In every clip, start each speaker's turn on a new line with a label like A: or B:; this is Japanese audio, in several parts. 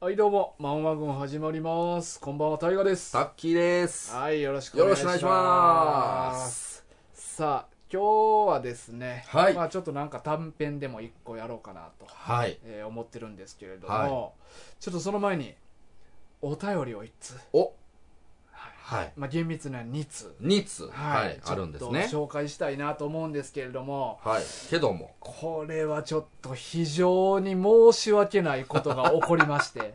A: はいどうもマンワ軍始まりますこんばんはタイガです
B: タッキーです。
A: はいよろしく
B: よ
A: お願
B: ろ
A: い
B: し
A: し
B: くお
A: ま
B: 願
A: す
B: いします。
A: さあ今日はですね、
B: はい
A: まあちょっとなんか短編でも一個やろうかなと、
B: はい。
A: えー思ってるんですけれども、
B: はい
A: ちょっとその前にお便りを一通、
B: お、
A: はい
B: はい。
A: まあ、厳密な2通
B: 二つ、はい、
A: ちょっと
B: あるんですね。
A: 紹介したいなと思うんですけれども
B: はい。けども、
A: これはちょっと非常に申し訳ないことが起こりまして。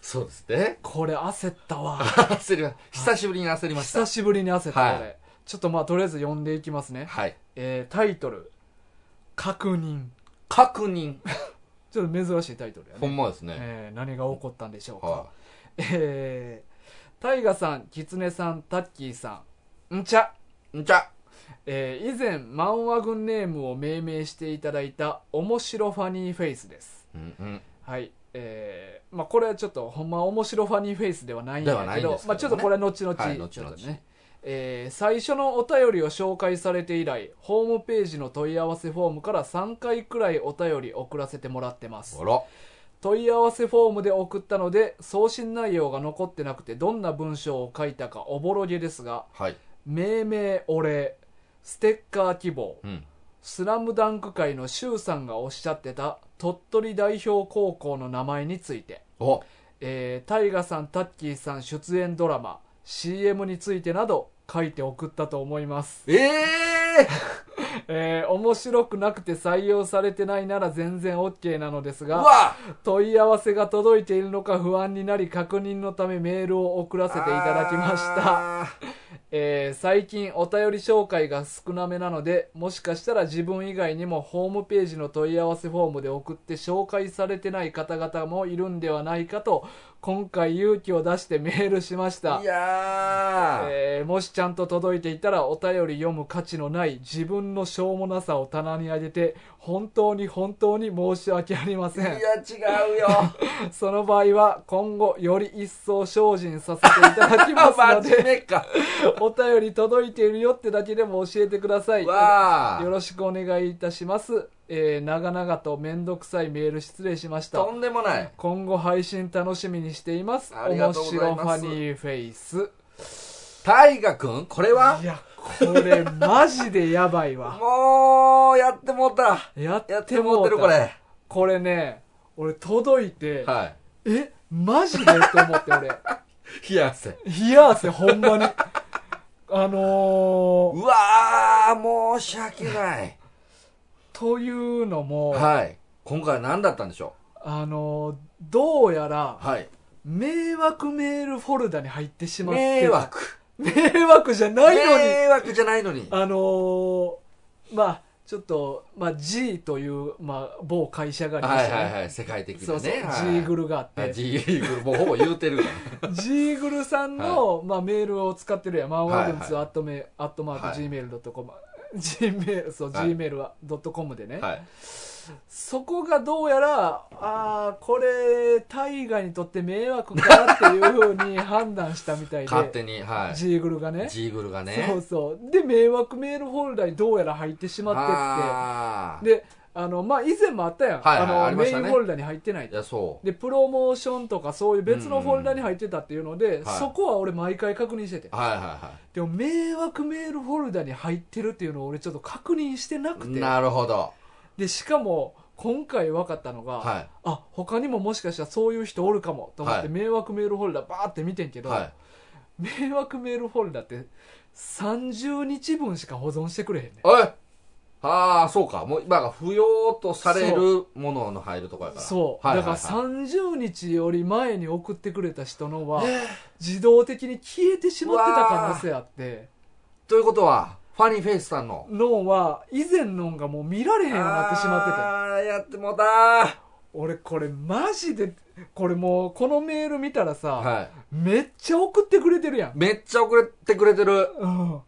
B: そうですね
A: これ焦ったわ
B: 焦りま久しぶりに焦りました
A: 久。しぶりに焦った、
B: はい
A: これちょっとまあとりあえず読んでいきますね、
B: はい。
A: えータイトル「確認
B: 確認。」
A: ちょっと珍しいタイトルや
B: ほ
A: ね、
B: んまですね。
A: えー何が起こったんでしょうか、
B: は
A: えー、タイガさんキツネさんタッキーさんんちゃ
B: い。んじゃ、
A: えー以前マンワ軍ネームを命名していただいた面白ファニーフェイスです
B: うんうん。
A: はいえーまあこれはちょっとほんま面白ファニーフェイスではないん
B: で
A: だ
B: はな
A: け
B: いん
A: ど
B: ですけ
A: ま
B: どね
A: あちょっとこれは後々,、
B: はい後々
A: ねえー最初のお便りを紹介されて以来ホームページの問い合わせフォームから3回くらいお便り送らせてもらってます
B: あら。
A: 問い合わせフォームで送ったので送信内容が残ってなくてどんな文章を書いたかおぼろげですが
B: はい。
A: 命名お礼ステッカー希望
B: うん。
A: スラムダンク界の周さんがおっしゃってた鳥取代表高校の名前について、
B: お、
A: えー、タイガさん、タッキーさん出演ドラマ、CM についてなど書いて送ったと思います。
B: ええー、
A: えー、面白くなくて採用されてないなら全然 OK なのです
B: う
A: が、
B: わ
A: 問い合わせが届いているのか不安になり確認のためメールを送らせていただきました。
B: た。
A: えー最近お便り紹介が少なめなのでもしかしたら自分以外にもホームページの問い合わせフォームで送って紹介されてない方々もいるんではないかと今回勇気を出してメールしました
B: い、やー。
A: えーもしちゃんと届いていたらお便り読む価値のない自分のしょうもなさを棚に上げて本当に本当に申し訳ありません
B: いや、違う よ。
A: その場合は今後より一層精進させていただきますの
B: 真面
A: で
B: 目か。
A: お便り届いているよってだけでも教えてください。よ
B: わー。
A: ろしくお願いいたします。えー、長々とめんどくさいメール失礼しました
B: と。んでもない。
A: 今後配信楽しみにしています。
B: ありがとうございます
A: 面白ファニーフェイス。
B: 大河君これはい
A: や、これマジでやばい わ。
B: もう、やってもうた。
A: やって
B: や
A: も
B: ってもうてる、
A: うた
B: こ。れ。
A: これね、俺届いて、
B: は
A: え、マジでって思って俺。
B: い。冷や汗。
A: 冷や汗ほんまに。あのー、
B: うわー、申し訳ない。
A: というのも、
B: はい。今回何だったんでしょ
A: あのーどうや
B: う
A: ら
B: はい。
A: 迷惑メールフォルダに入ってしまってた
B: 迷惑。
A: 迷惑じゃないのに、
B: 迷惑じゃないのに。
A: あのーまあちょっと、まあ、G という、まあ、某会社がありま
B: は
A: し
B: い
A: た
B: はい
A: ね
B: はい。世界的
A: そう
B: な
A: そう
B: ね。
A: G グ
B: ル。
A: ルがあっ
B: あ
A: て
B: G グル。もうほぼ言うてるから。
A: G グルさんの、まあ、メールを使ってるやんマンワーグンツアットメアットマー
B: は
A: ク
B: い
A: Gmail.com、Gmail そう、
B: はい
A: Gmail.com でね、
B: はい。
A: そこがどうやらあーこれ大河にとって迷惑かなっていうふうに判断したみたいで
B: 勝手に、はい。
A: ジーグルがね
B: G グルがね。
A: そうそうで迷惑メールフォルダにどうやら入ってしま
B: あ
A: ってって
B: ー
A: であのまあ以前もあったやん、
B: はいはい
A: あの
B: ありま
A: メイ
B: したね
A: ンフォルダに入ってない
B: いや、そう。
A: でプロモーションとかそういう別のフォルダに入ってたっていうので、
B: んはい
A: そこは俺毎回確認してて
B: はいは
A: でも迷惑メールフォルダに入ってるっていうのを俺ちょっと確認してない
B: は
A: く
B: い。
A: て
B: なるほど。
A: でしかも今回分かったのが、
B: は
A: あ他にももしかしたらそういう人おるかもと思って、
B: はい
A: 迷惑メールフォルダバーって見てんけ
B: い。
A: ど、
B: はい。
A: 迷惑メールフォルダって30日分しか保存してくれへんねん
B: えああ、そうか。もう今が不要とされるものの入るとこやから。
A: そう、
B: はいはいはい、
A: だから30日より前に送ってくれた人のは
B: えー
A: 自動的に消えてしまってた可能性あって
B: ということは、ファニーフェイスさんの。
A: 脳は以前のんがもう見られへんようになってしまってて
B: ああ、やってもうたー
A: 俺これマジでこれもうこのメール見たらさ、
B: はい。
A: めっちゃ送ってくれてるやん、
B: めっちゃ遅れてくれてる。
A: うん、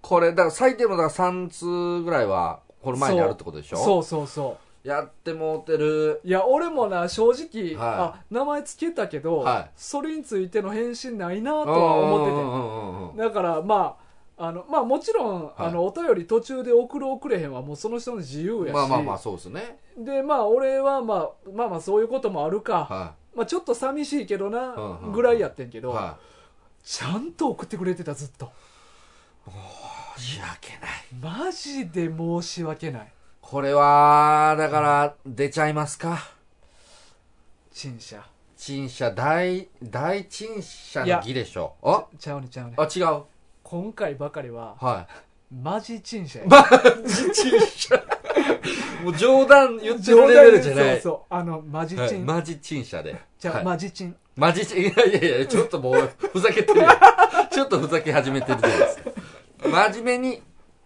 B: これ、だから最低のだから3通ぐらいは、この前にあるってことでしょ
A: そうそうそう
B: やってもうてる。
A: いや俺もな正直、
B: は
A: あ名前つけたけど、
B: はい
A: それについての返信ないなとは思っ
B: 思
A: ててだからまああのまあもちろん、あのお便り途中で送る送れへんはもうその人の自由やし、
B: まあまあまあ、そうですね。
A: でまあ俺は、まあ、まあまあそういうこともあるか、
B: は
A: まあ、ちょっと寂しいけどな
B: うんうん
A: ぐらいやってんけど、
B: は
A: ちゃんと送ってくれてたずっと
B: い。申し訳ない。
A: マジで申し訳ない
B: これは、だから、出ちゃいますか。
A: 陳謝
B: 陳謝、大、大陳謝の儀でしょ。あ
A: ちゃうねちゃうね
B: あ、違う。
A: 今回ばかりは
B: は
A: マジ陳謝や
B: い。マジ陳謝。 もう冗談言ってるレベルじゃない。
A: そうそうあのマジ
B: はい
A: 陳、
B: マジ陳謝で。
A: じゃあ、
B: はい
A: マジ陳
B: マジち、いやいやいや、ちょっともう、ふざ けてるやん。ちょっとふざけ始めてるじゃないですか。真面目に、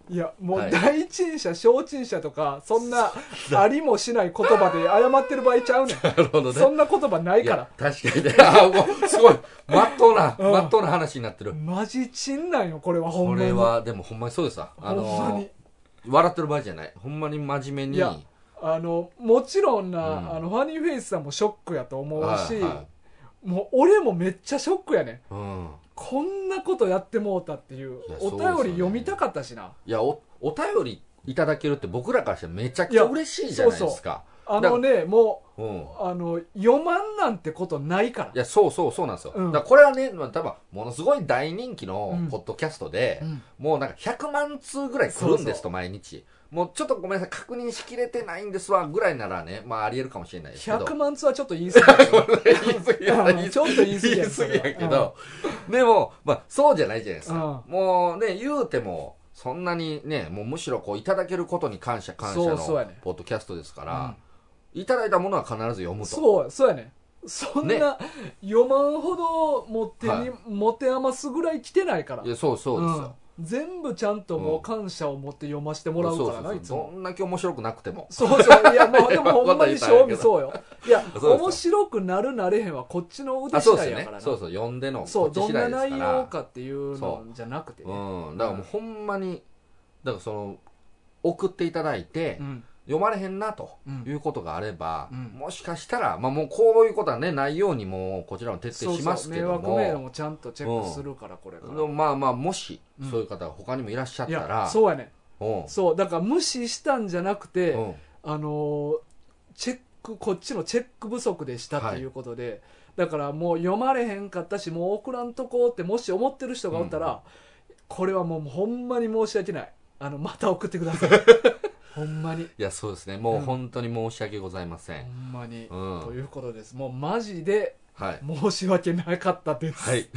A: いやも
B: は
A: う
B: い
A: 大陳謝小陳謝とかそん なありもしない言葉で謝ってる場合ちゃうねん
B: なるほどね。
A: そんな言葉ない
B: い
A: から
B: や、確かにね。あもう、すごい。まっとうな、
A: うん
B: まっとうな話になってる。
A: マジ陳なんよこれはほん
B: こ
A: まに
B: れは、でもほんまにそうですわ。
A: ほ
B: あ
A: んま
B: の
A: に、
B: 笑ってる場合じゃない。ほんまに真面目
A: い
B: に。
A: やあのもちろんな、
B: うん
A: あのファニーフェイスさんもショックやと思うし、
B: は
A: もう俺もめっちゃショックやねん
B: いはいうん。
A: こんなことやってもうたっていう
B: いや
A: お
B: そうですよね
A: 便り読みたかったしない
B: や、お、お便りいただけるって僕らからしてめちゃくちゃ
A: いや
B: 嬉しいじゃないですか。
A: あのねも
B: うん
A: う。あの読まんなんてことないから
B: いや、そうそうそうなんですよ。
A: うん
B: だからこれはね、まあ多分、ものすごい大人気の
A: うん
B: ポッドキャストで、
A: うん
B: もうなんか100万通ぐらい来るんです
A: そうそ
B: と、毎日。もうちょっとごめんなさい、確認しきれてないんですわ、ぐらいならね、まああり得るかもしれないですけど。
A: 100万通はちょっと言い過ぎだ けど
B: 言 い過ぎや
A: うん ちょっと言い過ぎや
B: 言い過ぎや
A: それは
B: けど、でも、まあそうじゃないじゃないですか。
A: う
B: もうね、言うても、そんなにね、もうむしろこういただけることに感謝感謝
A: そ
B: の
A: うそうやね
B: ポッドキャストですから、いただいたものは必ず読むと。
A: そうそうやねんそんな、
B: ね
A: 読まんほどもう手に、
B: はい
A: 持て余すぐらい来てないから
B: いやそうそうですよ。
A: うん全部ちゃんともう感謝を持って読ませてもらうからな、
B: そうそうそう
A: いつも
B: どんだけ面白くなくても
A: そうそういやもうで もほんまに賞味そうよいや
B: そうそう
A: 面白くなるなれへんはこっちの腕
B: あそ
A: 次第
B: うです
A: や
B: よね
A: からな
B: そうそう呼んでの
A: そう
B: こっ
A: ど
B: ち
A: ん
B: 次第
A: な
B: ですから
A: 内容かっていうのじゃなくてね
B: うんだからもうほんまにだからその送っていただいて、
A: うん
B: 読まれへんなと
A: うん
B: いうことがあれば、
A: うん
B: もしかしたら、まあ、もうこういうことはねないようにもうこちらも徹
A: そ
B: 底
A: う
B: し
A: そ
B: ます
A: う
B: け
A: 迷
B: ど
A: 惑
B: も
A: メールもちゃんとチェックするからこれから
B: でもまあまあもし
A: うん
B: そういう方が他にもいらっしゃっ
A: い
B: たら、
A: やそうやね
B: うん
A: そうだから無視したんじゃなくて、
B: うん
A: あのーチェックこっちのチェック不足でしたっていうことで、だからもう読まれへんかったしもう送らんとこうってもし思ってる人がおったら、
B: うん
A: これはもうほんまに申し訳ないあのまた送ってく ださいほんまに
B: いやそうですねもううん本当に申し訳ございませ
A: ほ
B: ん、
A: んまに、
B: うん
A: ということですもうマジで
B: はい
A: 申し訳なかったです、
B: はい。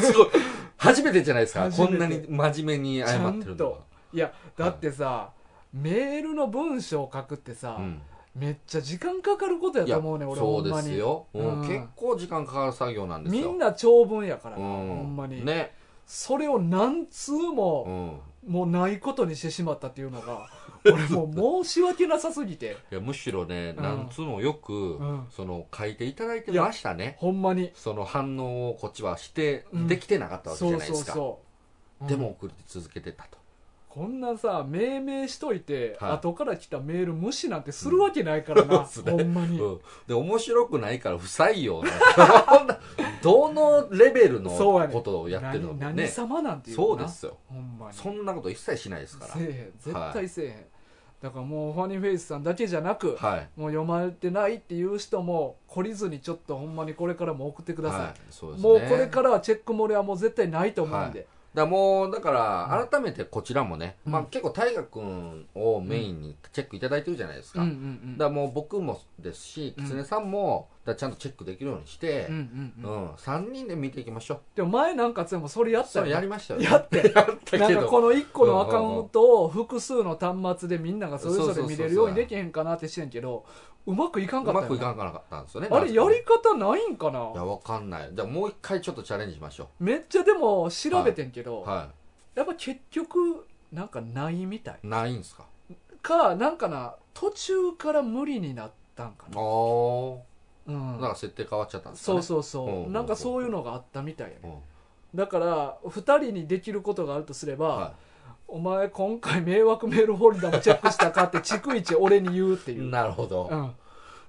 B: すごい。初めてじゃないですか。
A: 初め
B: こ
A: て
B: んなに真面目に
A: ち
B: 謝
A: ゃ
B: ってる
A: ん
B: のは
A: と。いやだってさ、メールの文章を書くってさ、
B: うん
A: めっちゃ時間かかることや
B: い
A: と
B: や
A: 思うねん俺
B: そ
A: ほ
B: うんで
A: まに
B: すよ。も
A: う
B: うん結構時間かかる作業なんです
A: み
B: よ。
A: んな長文やから
B: う
A: な、ほんまに、
B: ね。
A: それを何通
B: う
A: も、
B: ん。
A: もうないことにしてしまったっていうの が俺もう申し訳なさすぎて
B: いや、むしろね、
A: うん
B: なんつうのよく
A: うん、
B: その、書いていただいてましたね。
A: ほんまに
B: その反応をこっちはして、
A: うん
B: できてなかったわけじ
A: そ
B: ゃ
A: う
B: ない
A: そ
B: で
A: う
B: すか。
A: そう
B: で
A: う
B: も
A: ん
B: 送り続けてたと。
A: こんなさ命名しといて、
B: はい
A: 後から来たメール無視なんてするわけないからな、
B: そうです
A: ほ
B: ね
A: んまに、
B: うんで、面白くないから不採用な。そんな どのレベルの
A: そうやね
B: ことをやってるの
A: 何
B: も
A: 何
B: ね。
A: 様なんていう
B: そう
A: な
B: ですよ。
A: ほんまに
B: そんなこと一切しないですから
A: せ。えへん絶対せえへん、だからもうファニーフェイスさんだけじゃなく、
B: はい。
A: もう読まれてないっていう人も懲りずにちょっとほんまにこれからも送ってください、
B: はい、そうですね。
A: もうこれからはチェック漏れはもう絶対ないと思うんで、
B: だもう、だから、改めてこちらもね、
A: うん
B: まあ結構大河君をメインにチェックいただいてるじゃないですか。
A: うんう
B: だか
A: ん
B: らもう僕もですし、
A: うん
B: 狐さんも、だからちゃんとチェックできるようにして、
A: う
B: うん、
A: んうんうん
B: 3人で見ていきましょう。
A: でも前なんかつもそれやった
B: そ
A: よ
B: れ
A: ね
B: やりましたよね。
A: やって
B: やった
A: な
B: け
A: んか
B: ど。
A: この1個のアカウントを複数の端末でみんながそれぞれ見れるようにできへんかなってしてんけどうまくいかんか
B: う
A: ったよ
B: ま
A: ね
B: くいかなかったんですよね。
A: あれや
B: なんか
A: り方ないんか
B: いや、
A: な
B: わかんない。じゃあもう一回ちょっとチャレンジしましょ
A: めっちゃでも調べてんけ
B: う。
A: ど、
B: は
A: やっぱ結局なんかないみたい
B: い。ないんすか
A: かなんかな途中から無理になったんか
B: あ
A: な、
B: ー。
A: う
B: なん
A: ん、
B: か設定変わっちゃったんですか
A: そ
B: ね。
A: うそうそう、
B: うんうんうん
A: なんかそういうのがあったみたいやね、
B: うん。
A: だから2人にできることがあるとすれば、
B: は
A: お前今回迷惑メールフォルダもチェックしたかって逐一俺に言うって
B: い。
A: いう、
B: なるほど。
A: うん、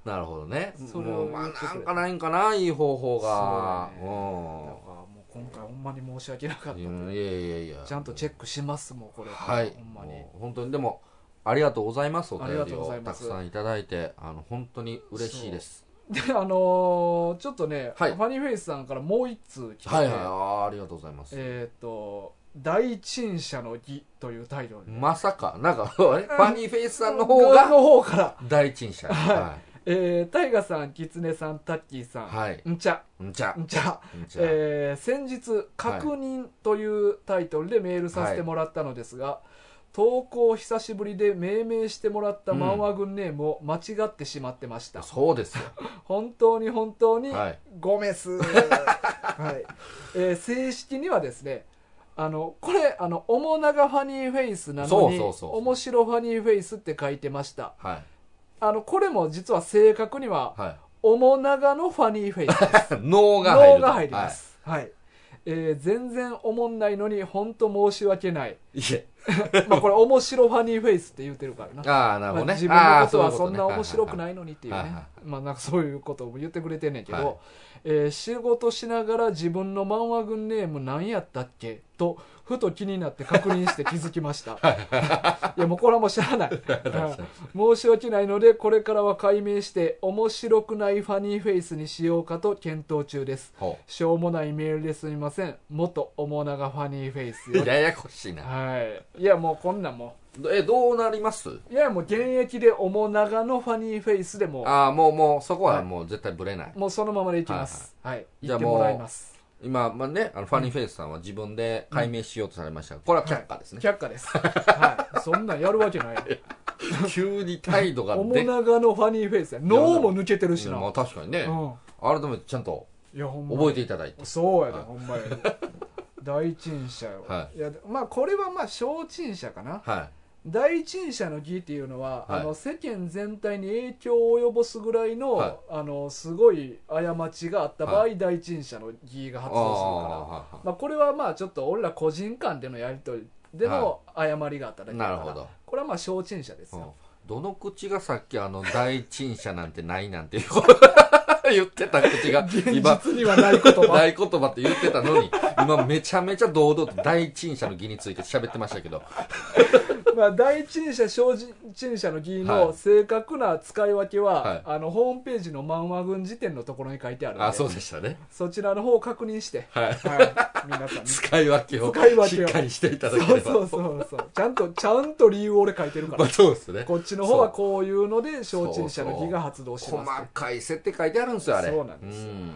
B: なるほどね。
A: それを
B: もうまあ
A: 言ってくれ
B: な
A: た
B: んかないんかないい方法が。
A: そうだだからもう今回ほんまに申し訳なかった、
B: うん。いやいやいや。
A: ちゃんとチェ
B: ッ
A: ックしますもんこれから
B: はい。
A: ほんまに
B: もう本当にでもありがとうございますお
A: あり
B: 便
A: が
B: り
A: とうござい
B: を
A: ま
B: た
A: す
B: くさんいただいてあの本当に嬉しいです。
A: であのーちょっとね、
B: はい
A: ファニーフェイスさんからもう一通来てて、
B: はいはいあーありがとうございます
A: えーっと「第一人者の儀」というタイトルで
B: まさかなんかあれファニーフェイスさんの方が
A: の方から、
B: 第一人者は
A: はえー、タイガさんキツネさんタッキーさん、
B: いはい
A: んちゃ
B: んちゃ
A: んちゃ
B: んちゃ
A: えー先日「確認」というタイトルでメールさせてもらったのですが、投稿久しぶりで命名してもらった漫画軍ネームを間違ってしまってました、
B: そうですよ
A: 本当に本当に
B: はい
A: ゴメ ス、はいえー正式にはですねあのこれあの「おもながファニーフェイス」なのに
B: そうそうそうそう
A: 面白ファニーフェイス」って書いてました
B: はい
A: あのこれも実は正確には
B: はい
A: 「おもながのファニーフェイス」です
B: 脳が入る
A: 脳が入りま、すはい、えー全然おもんないのに本当申し訳ない
B: はい、い
A: まあこれ面白ファニーフェイスって言ってるからな
B: えああなるほど
A: ま
B: ね、
A: あ自分の
B: あ
A: こ
B: ー
A: とは
B: そう
A: そ
B: い
A: ん
B: う
A: な
B: ことね
A: 面白く
B: は
A: ないのにっていう
B: はいはい
A: ね
B: は
A: まあなんかそういうことも言ってくれてんねんけど、
B: はい
A: えー仕事しながら自分の漫画軍ネーム何やったっけとふと気になって確認して気づきました いやもうこれはもうしゃあない、はい申し訳ないのでこれからは解明して面白くないファニーフェイスにしようかと検討中です
B: ほ
A: しょうもないメールですみません元おもながファニーフェイス
B: う
A: より
B: ややこしいな
A: はいいやもうこんなんもう
B: えどうなります
A: いやもう現役でおもながのファニーフェイスでも
B: ああもうもうそこ
A: は
B: はいもう絶対ブレない、
A: もうそのままでいきますはい、
B: い
A: 行ってもらいます
B: 今、まあね、あのファニーフェイスさんは自分で解明しようとされましたが、これは却下ですね、
A: 却下ですはいそんなんやるわけ ないやん
B: 急に 態度が
A: おも
B: でっ
A: ながのファニーフェイスや脳も抜けてるしな、
B: まあ、確かにね、
A: うん
B: 改めてちゃんと
A: いやほんま
B: 覚えていただいて、
A: そうやで、
B: はい
A: ほんまやで第一人者よ、、
B: はい
A: やでまあこれはまあ小陳者かな
B: は
A: 第一人者の義っていうのは、
B: はい
A: あの世間全体に影響を及ぼすぐらいの,、
B: はい
A: あのすごい過ちがあった場合、
B: は
A: 第一人者の義が
B: い、あ
A: 発動するから
B: あはいは
A: まあ、これはまあちょっと俺ら個人間でのやり取りでの誤りがあっただ
B: い
A: けだか
B: な
A: ら、
B: るほど、
A: これはまあ小陳者です
B: うん
A: よ、
B: どの口がさっきあの第一者なんてないな んていう言ってた口が今
A: 現実にはない言 葉
B: 大言葉って言ってたのに、今めちゃめちゃ堂々と第一人者の義について喋ってましたけど、
A: まあ第一人者小陳者の議員の正確な使い分けは、
B: はい
A: あのホームページの漫画軍辞典のところに書いてあるんで
B: あ、そうでしたね。
A: そちらの方を確認して、
B: はい。
A: はい、皆さんね
B: 使い分けを
A: 使い分
B: し
A: け
B: っ
A: を
B: かりしていただけ
A: そ
B: れ
A: う
B: ば。
A: そうそうそう ちゃんとちゃんと理由を俺書いてるか ら
B: ま あそうですね。
A: こっちの方はこういうので小陳者の義が発動し
B: 細
A: ます
B: かい設定書いてあるんですよ、あれ。
A: そうなんですよ、
B: うん
A: はい、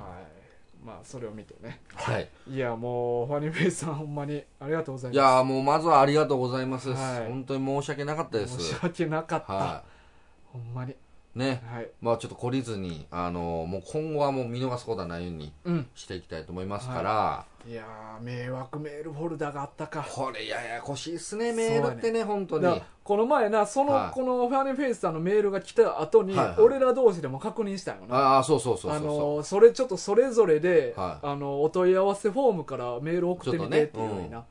A: まあそれを見てね
B: はい。
A: いやもうファニーフェイスさんほんまにありがとうござい
B: い
A: ま
B: やーもうまずはありがとうございます。
A: はい
B: 本当に申し訳なかったですす。
A: 申し訳なかった、
B: は
A: ほんまに
B: い。ね。
A: はい
B: まあちょっと懲りずに、あのーもう今後はもう見逃すことはないように
A: うん
B: していきたいと思いますから、
A: いやー迷惑メールフォルダがあったか
B: これややこしいっすね、メールってね、本当に。
A: だからこの前なその、
B: はい
A: このファニーフェイスさんのメールが来た後に、
B: はいはい
A: 俺ら同士でも確認したんよな
B: ああ、そうそうそうそう
A: あ
B: そう。
A: のーそれちょっとそれぞれで、
B: は
A: あのお問い合わせフォームからメール送ってみてっていうのにな、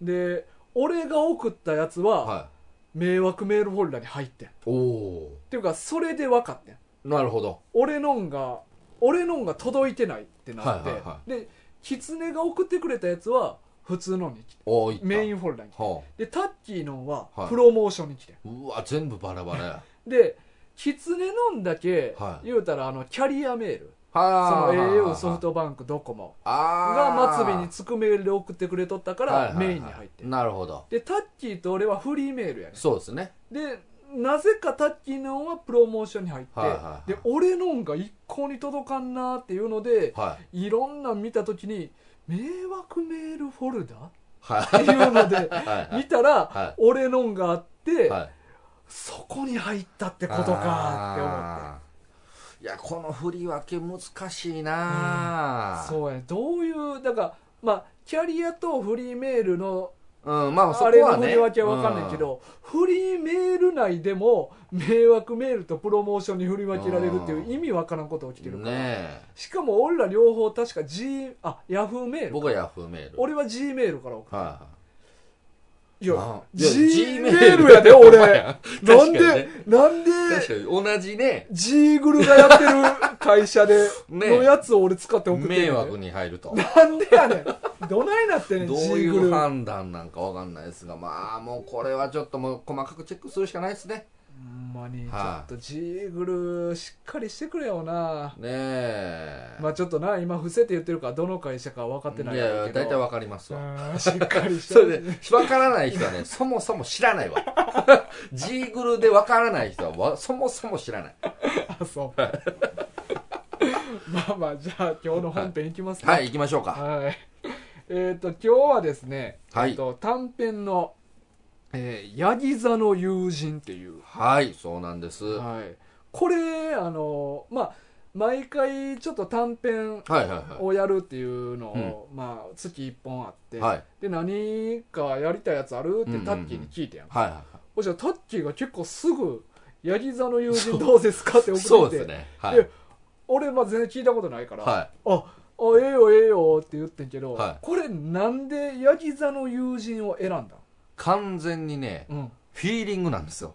A: で俺が送ったやつは、
B: は
A: 迷惑メールフォルダに入ってんっ
B: い、おお
A: ていうかそれで分かってん
B: なるほど
A: 俺のんが俺のんが届いてないってなって、
B: はいはいは
A: で狐が送ってくれたやつは普通のに来て
B: おおいった
A: メインフォルダに来て
B: は
A: でタッキーのんは
B: はい
A: プロモーションに来て、
B: あ、うわ全部バラバ ラや
A: で狐のんだけ、
B: はい
A: 言うたらあのキャリアメールそ
B: は
A: の
B: あ
A: au ソフトバンクドコモが
B: が
A: 末尾につくメールで送ってくれとったからメインに入ってる
B: なるほど
A: でタッキーと俺はフリーメールやね
B: そうですね
A: でなぜかタッキーのんはプロモーションに入って、
B: はいはいはい
A: で俺のんが一向に届かんなーっていうので、
B: はい
A: いろんなん見た時に迷惑メールフォルダ
B: はい
A: っていうので
B: はい
A: 見たら、
B: はい
A: 俺のんがあって、
B: はい
A: そこに入ったってことか
B: あーいやこの振り分け難しい
A: ー
B: な
A: って思ってそうやねどういうだからまあキャリアとフリーメールの
B: う、ん、まあそ
A: あ
B: こ
A: れの
B: は
A: 振
B: ね
A: り分けは分かんないけど、フリーメール内でも迷惑メールとプロモーションに振り分けられるっていう意味分からんこと起きて
B: う
A: る
B: ん
A: か
B: ね
A: ら、
B: え
A: しかも俺ら両方確か G あヤフーメール
B: 僕はヤフーメール
A: 俺は G メールから送る
B: はいはいい
A: や
B: あ
A: G
B: い
A: メールやで俺な
B: 確
A: んで、
B: かにね
A: なん
B: 確
A: で
B: かに同じね
A: G グルがやってる会社で
B: ね
A: のやつを俺使って送ってんねん
B: 迷惑に入ると
A: なんでやねんどないなってんねん
B: どう
A: G
B: い
A: グ
B: う
A: ル
B: 判断なんかわかんないですが、まあもうこれはちょっともう細かくチェックするしかないですね。
A: んまにちょ
B: は
A: っ
B: い
A: とジーグルしっかりしてくれよな
B: ねえ。
A: まあちょっとな今伏せて言ってるからどの会社か分かってない
B: い
A: だろ
B: や
A: う
B: い
A: け
B: や、
A: ど
B: 大体わかりま すわ。
A: うんしっかりして
B: それで、わからない人はね、 そもそも知らないわ。 ジーグルでわからない人はわ、そもそも知らない。
A: あそう まあまあじゃあ今日の本編いきますか
B: はい、行きましょうか。
A: はいえっ、と今日はですね、
B: は
A: えっ
B: い。
A: と短編の「えー、ヤギ座の友人」っていう、
B: はい、そうなんです。は
A: はい、これあのまあ毎回ちょっと短編
B: いはいは
A: をやるっていうのを、まあ、月1本あって、
B: い。はい。
A: で何かやりたいやつあるってタッキーに聞いてやん,、
B: はいは
A: そしたらタッキーが結構すぐ「ヤギ座の友人どうですか?」って
B: い。
A: 送ってきて
B: そうですね。はい。
A: で俺、まあ、全然聞いたことないから、
B: は
A: ああええよええよって言ってんけど、
B: はい
A: これなんでヤギ座の友人を選んだ、
B: い。完全にね、
A: うん、
B: フィーリングなんですよ。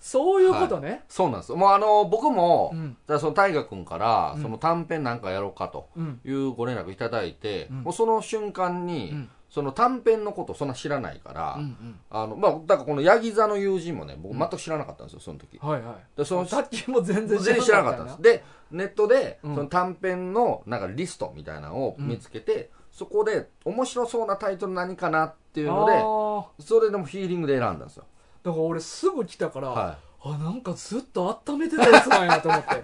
A: そういうことね、
B: そうなんです。もうあの、僕も、
A: うん
B: だからその大河君から、
A: うん
B: その短編なんかやろうかと
A: うん
B: いうご連絡いただいて、
A: うん
B: もうその瞬間に、
A: うん
B: その短編のことそんな知らないから、
A: うん
B: あの、まあ、だからこのヤギ座の友人もね、僕全く知らなかったんですよ、その時。
A: うんはいはい
B: で、その、
A: タッキーも全然
B: 全然知らなかったんです。で、ネットで、
A: うん
B: その短編のなんかリストみたいなのを見つけて、そこで面白そうなタイトル何かなっていうの
A: あ
B: で、
A: ー
B: それでもヒーリングで選んだんですよ。
A: だから俺すぐ来たから、
B: は
A: あなんかずっと温めてたやつなんやと思って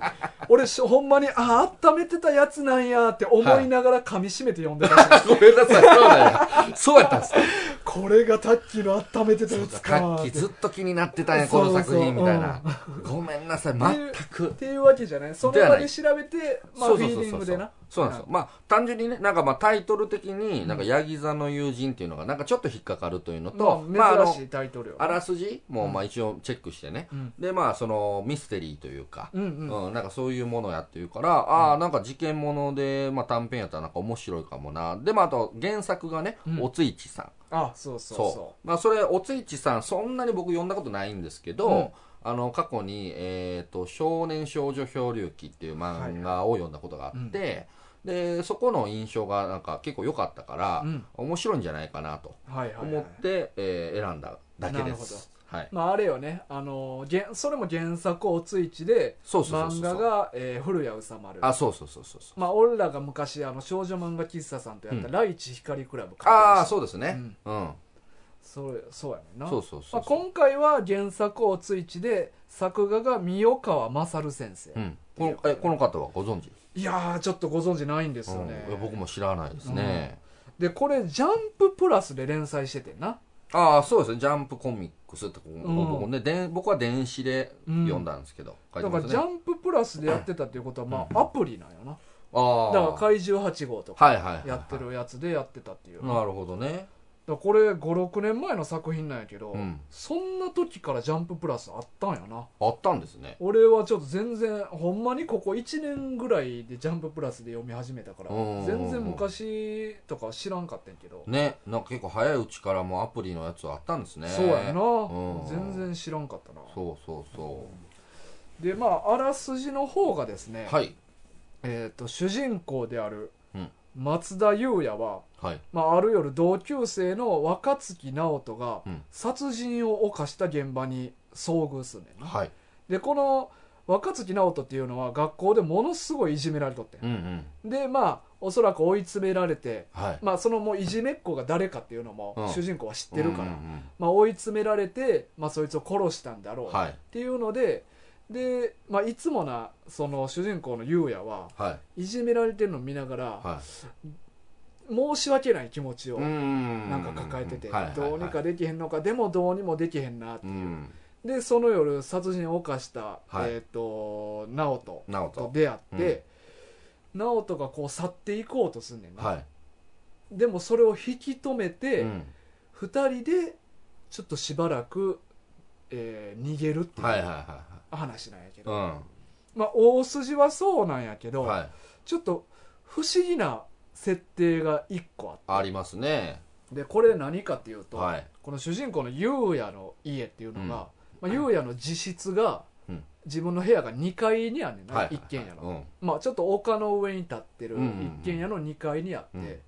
A: 俺しほんまにあ温めてたやつなんやって思いながら噛み締めて読んでたし、
B: い。ごめんなさい、そうだ よ。そうやったんです
A: これがタッキーの温めてたやつか
B: かっき
A: って
B: ずっと気になってたんや、
A: そ
B: こ
A: うそう
B: の作品みたいな。ごめんなさい、全く。
A: っていうわけじゃないその
B: では
A: 場
B: ない
A: で調べてまあ
B: そ
A: フ
B: うそう
A: ィーリ
B: そうそ
A: ン
B: う
A: グでな
B: そうなんですよ。まあ、単純にね、なんかまあ、タイトル的に、なんか、ヤギ座の友人っていうのが、なんかちょっと引っかかるというのと、まあ、あ
A: まあ、珍
B: の
A: し、いタイトルよ
B: あらすじも、まあ、一応チェックしてね。
A: うん
B: で、まあ、その、ミステリーというか、
A: うん
B: う
A: うん
B: ん、なんかそういうものやっていうから、ああ、なんか事件もので、まあ、短編やったらなんか面白いかもな。で、まあ、あと、原作がね
A: うん、
B: おついちさん。
A: あそうそう
B: そう
A: そ
B: まあ、それおついちさんそんなに僕読んだことないんですけど、
A: うん
B: あの過去に、えーと「少年少女漂流記」っていう漫画を読んだことがあって、でそこの印象がなんか結構良かったから、
A: うん
B: 面白いんじゃないかなと
A: うはいはい、
B: 思
A: は
B: っ
A: い、
B: て、えー選んだだけです。はい、
A: まああれよねあの原それも原作をついちで
B: そうそうそう
A: 漫
B: そう
A: 画が、えー古谷宇まる
B: あそうそうそうそうそう
A: まあ、俺らが昔あの少女漫画喫茶さんとやった「
B: うん
A: ライチ光クラブ」
B: ああ
A: そ
B: そうですねうん、
A: そうそうやねんな
B: そうそうそ
A: まあ、
B: うそう、
A: 今回は原作を追記で作画が三岡勝先生、
B: うん、このえこの方はご存知
A: いやーちょっとご存知ないんですよね、
B: うんいや僕も知らないですね、
A: でこれ「ジャンププラス」で連載しててんな
B: ああそうですね「ジャンプコミックス」ってここ、
A: うん
B: 僕もねで僕は電子で読んだんですけど、書
A: だか
B: いてま
A: ら「
B: す
A: ジャ
B: ね
A: ンププラス」でやってたっていうことはまあアプリなんやな
B: あ
A: だ
B: あ
A: から怪獣8号とか
B: はいはいはいはい
A: やってるやつでやってたっていう、だか
B: なるほどね
A: らこれ56年前の作品なんやけど、
B: うん
A: そんな時から「ジャンププラス」あったんやな
B: あったんですね
A: 俺はちょっと全然ほんまにここ1年ぐらいで「ジャンププラス」で読み始めたから
B: うん
A: 全然昔とか知らんかったんやけど、
B: ねなんか結構早いうちからもうアプリのやつあったんですね
A: そうやな、
B: うん
A: 全然知らんかったな
B: そうそうそ
A: でまああらすじの方がです
B: う
A: ね、
B: はい
A: えー、と主人公である
B: うん
A: 松田優也は、
B: はい
A: まあ、ある夜同級生の若槻直人が
B: うん
A: 殺人を犯した現場に遭遇するねんな
B: はい
A: でこの若槻直人っていうのは学校でものすごいいじめられとってん
B: うんうん
A: でまあおそらく追い詰められて
B: はい
A: まあそのもういじめっ子が誰かっていうのも
B: うん
A: 主人公は知ってるから、
B: うんうん
A: まあ追い詰められて、まあ、そいつを殺したんだろ
B: う
A: うんっ
B: はい
A: ていうので、で、まあ、いつもなその主人公の優也は
B: はい
A: いじめられてるのを見ながら
B: はい
A: 申し訳ない気持ちを
B: ん
A: なんか抱えてて、
B: はいはいはい
A: どうにかできへんのかでもどうにもできへんなって
B: う
A: いう、
B: ん
A: でその夜殺人を犯した、
B: はい
A: えっ、と直人
B: なお
A: と
B: と
A: 出会って、直人がこう去っていこうとすんねんな、
B: は
A: でもそれを引き止め
B: い
A: て、
B: うん
A: 2人でちょっとしばらく、えー逃げるってい
B: はいはいうは
A: 話なんやけ
B: い
A: ど、
B: は
A: まあ大筋はそうなんやけ
B: い
A: ど、
B: うんはい
A: ちょっと不思議な設定が1個あ
B: あ
A: って
B: りますね
A: でこれ何かっていうと、
B: はい
A: この主人公の優也の家っていうのが、
B: うん
A: まあ、優也の自室が、
B: うん
A: 自分の部屋が2階にあんねんな、
B: はい
A: 一軒家の、
B: うん
A: まあ、ちょっと丘の上に立ってる
B: うんうんうん
A: 一軒家の2階にあって、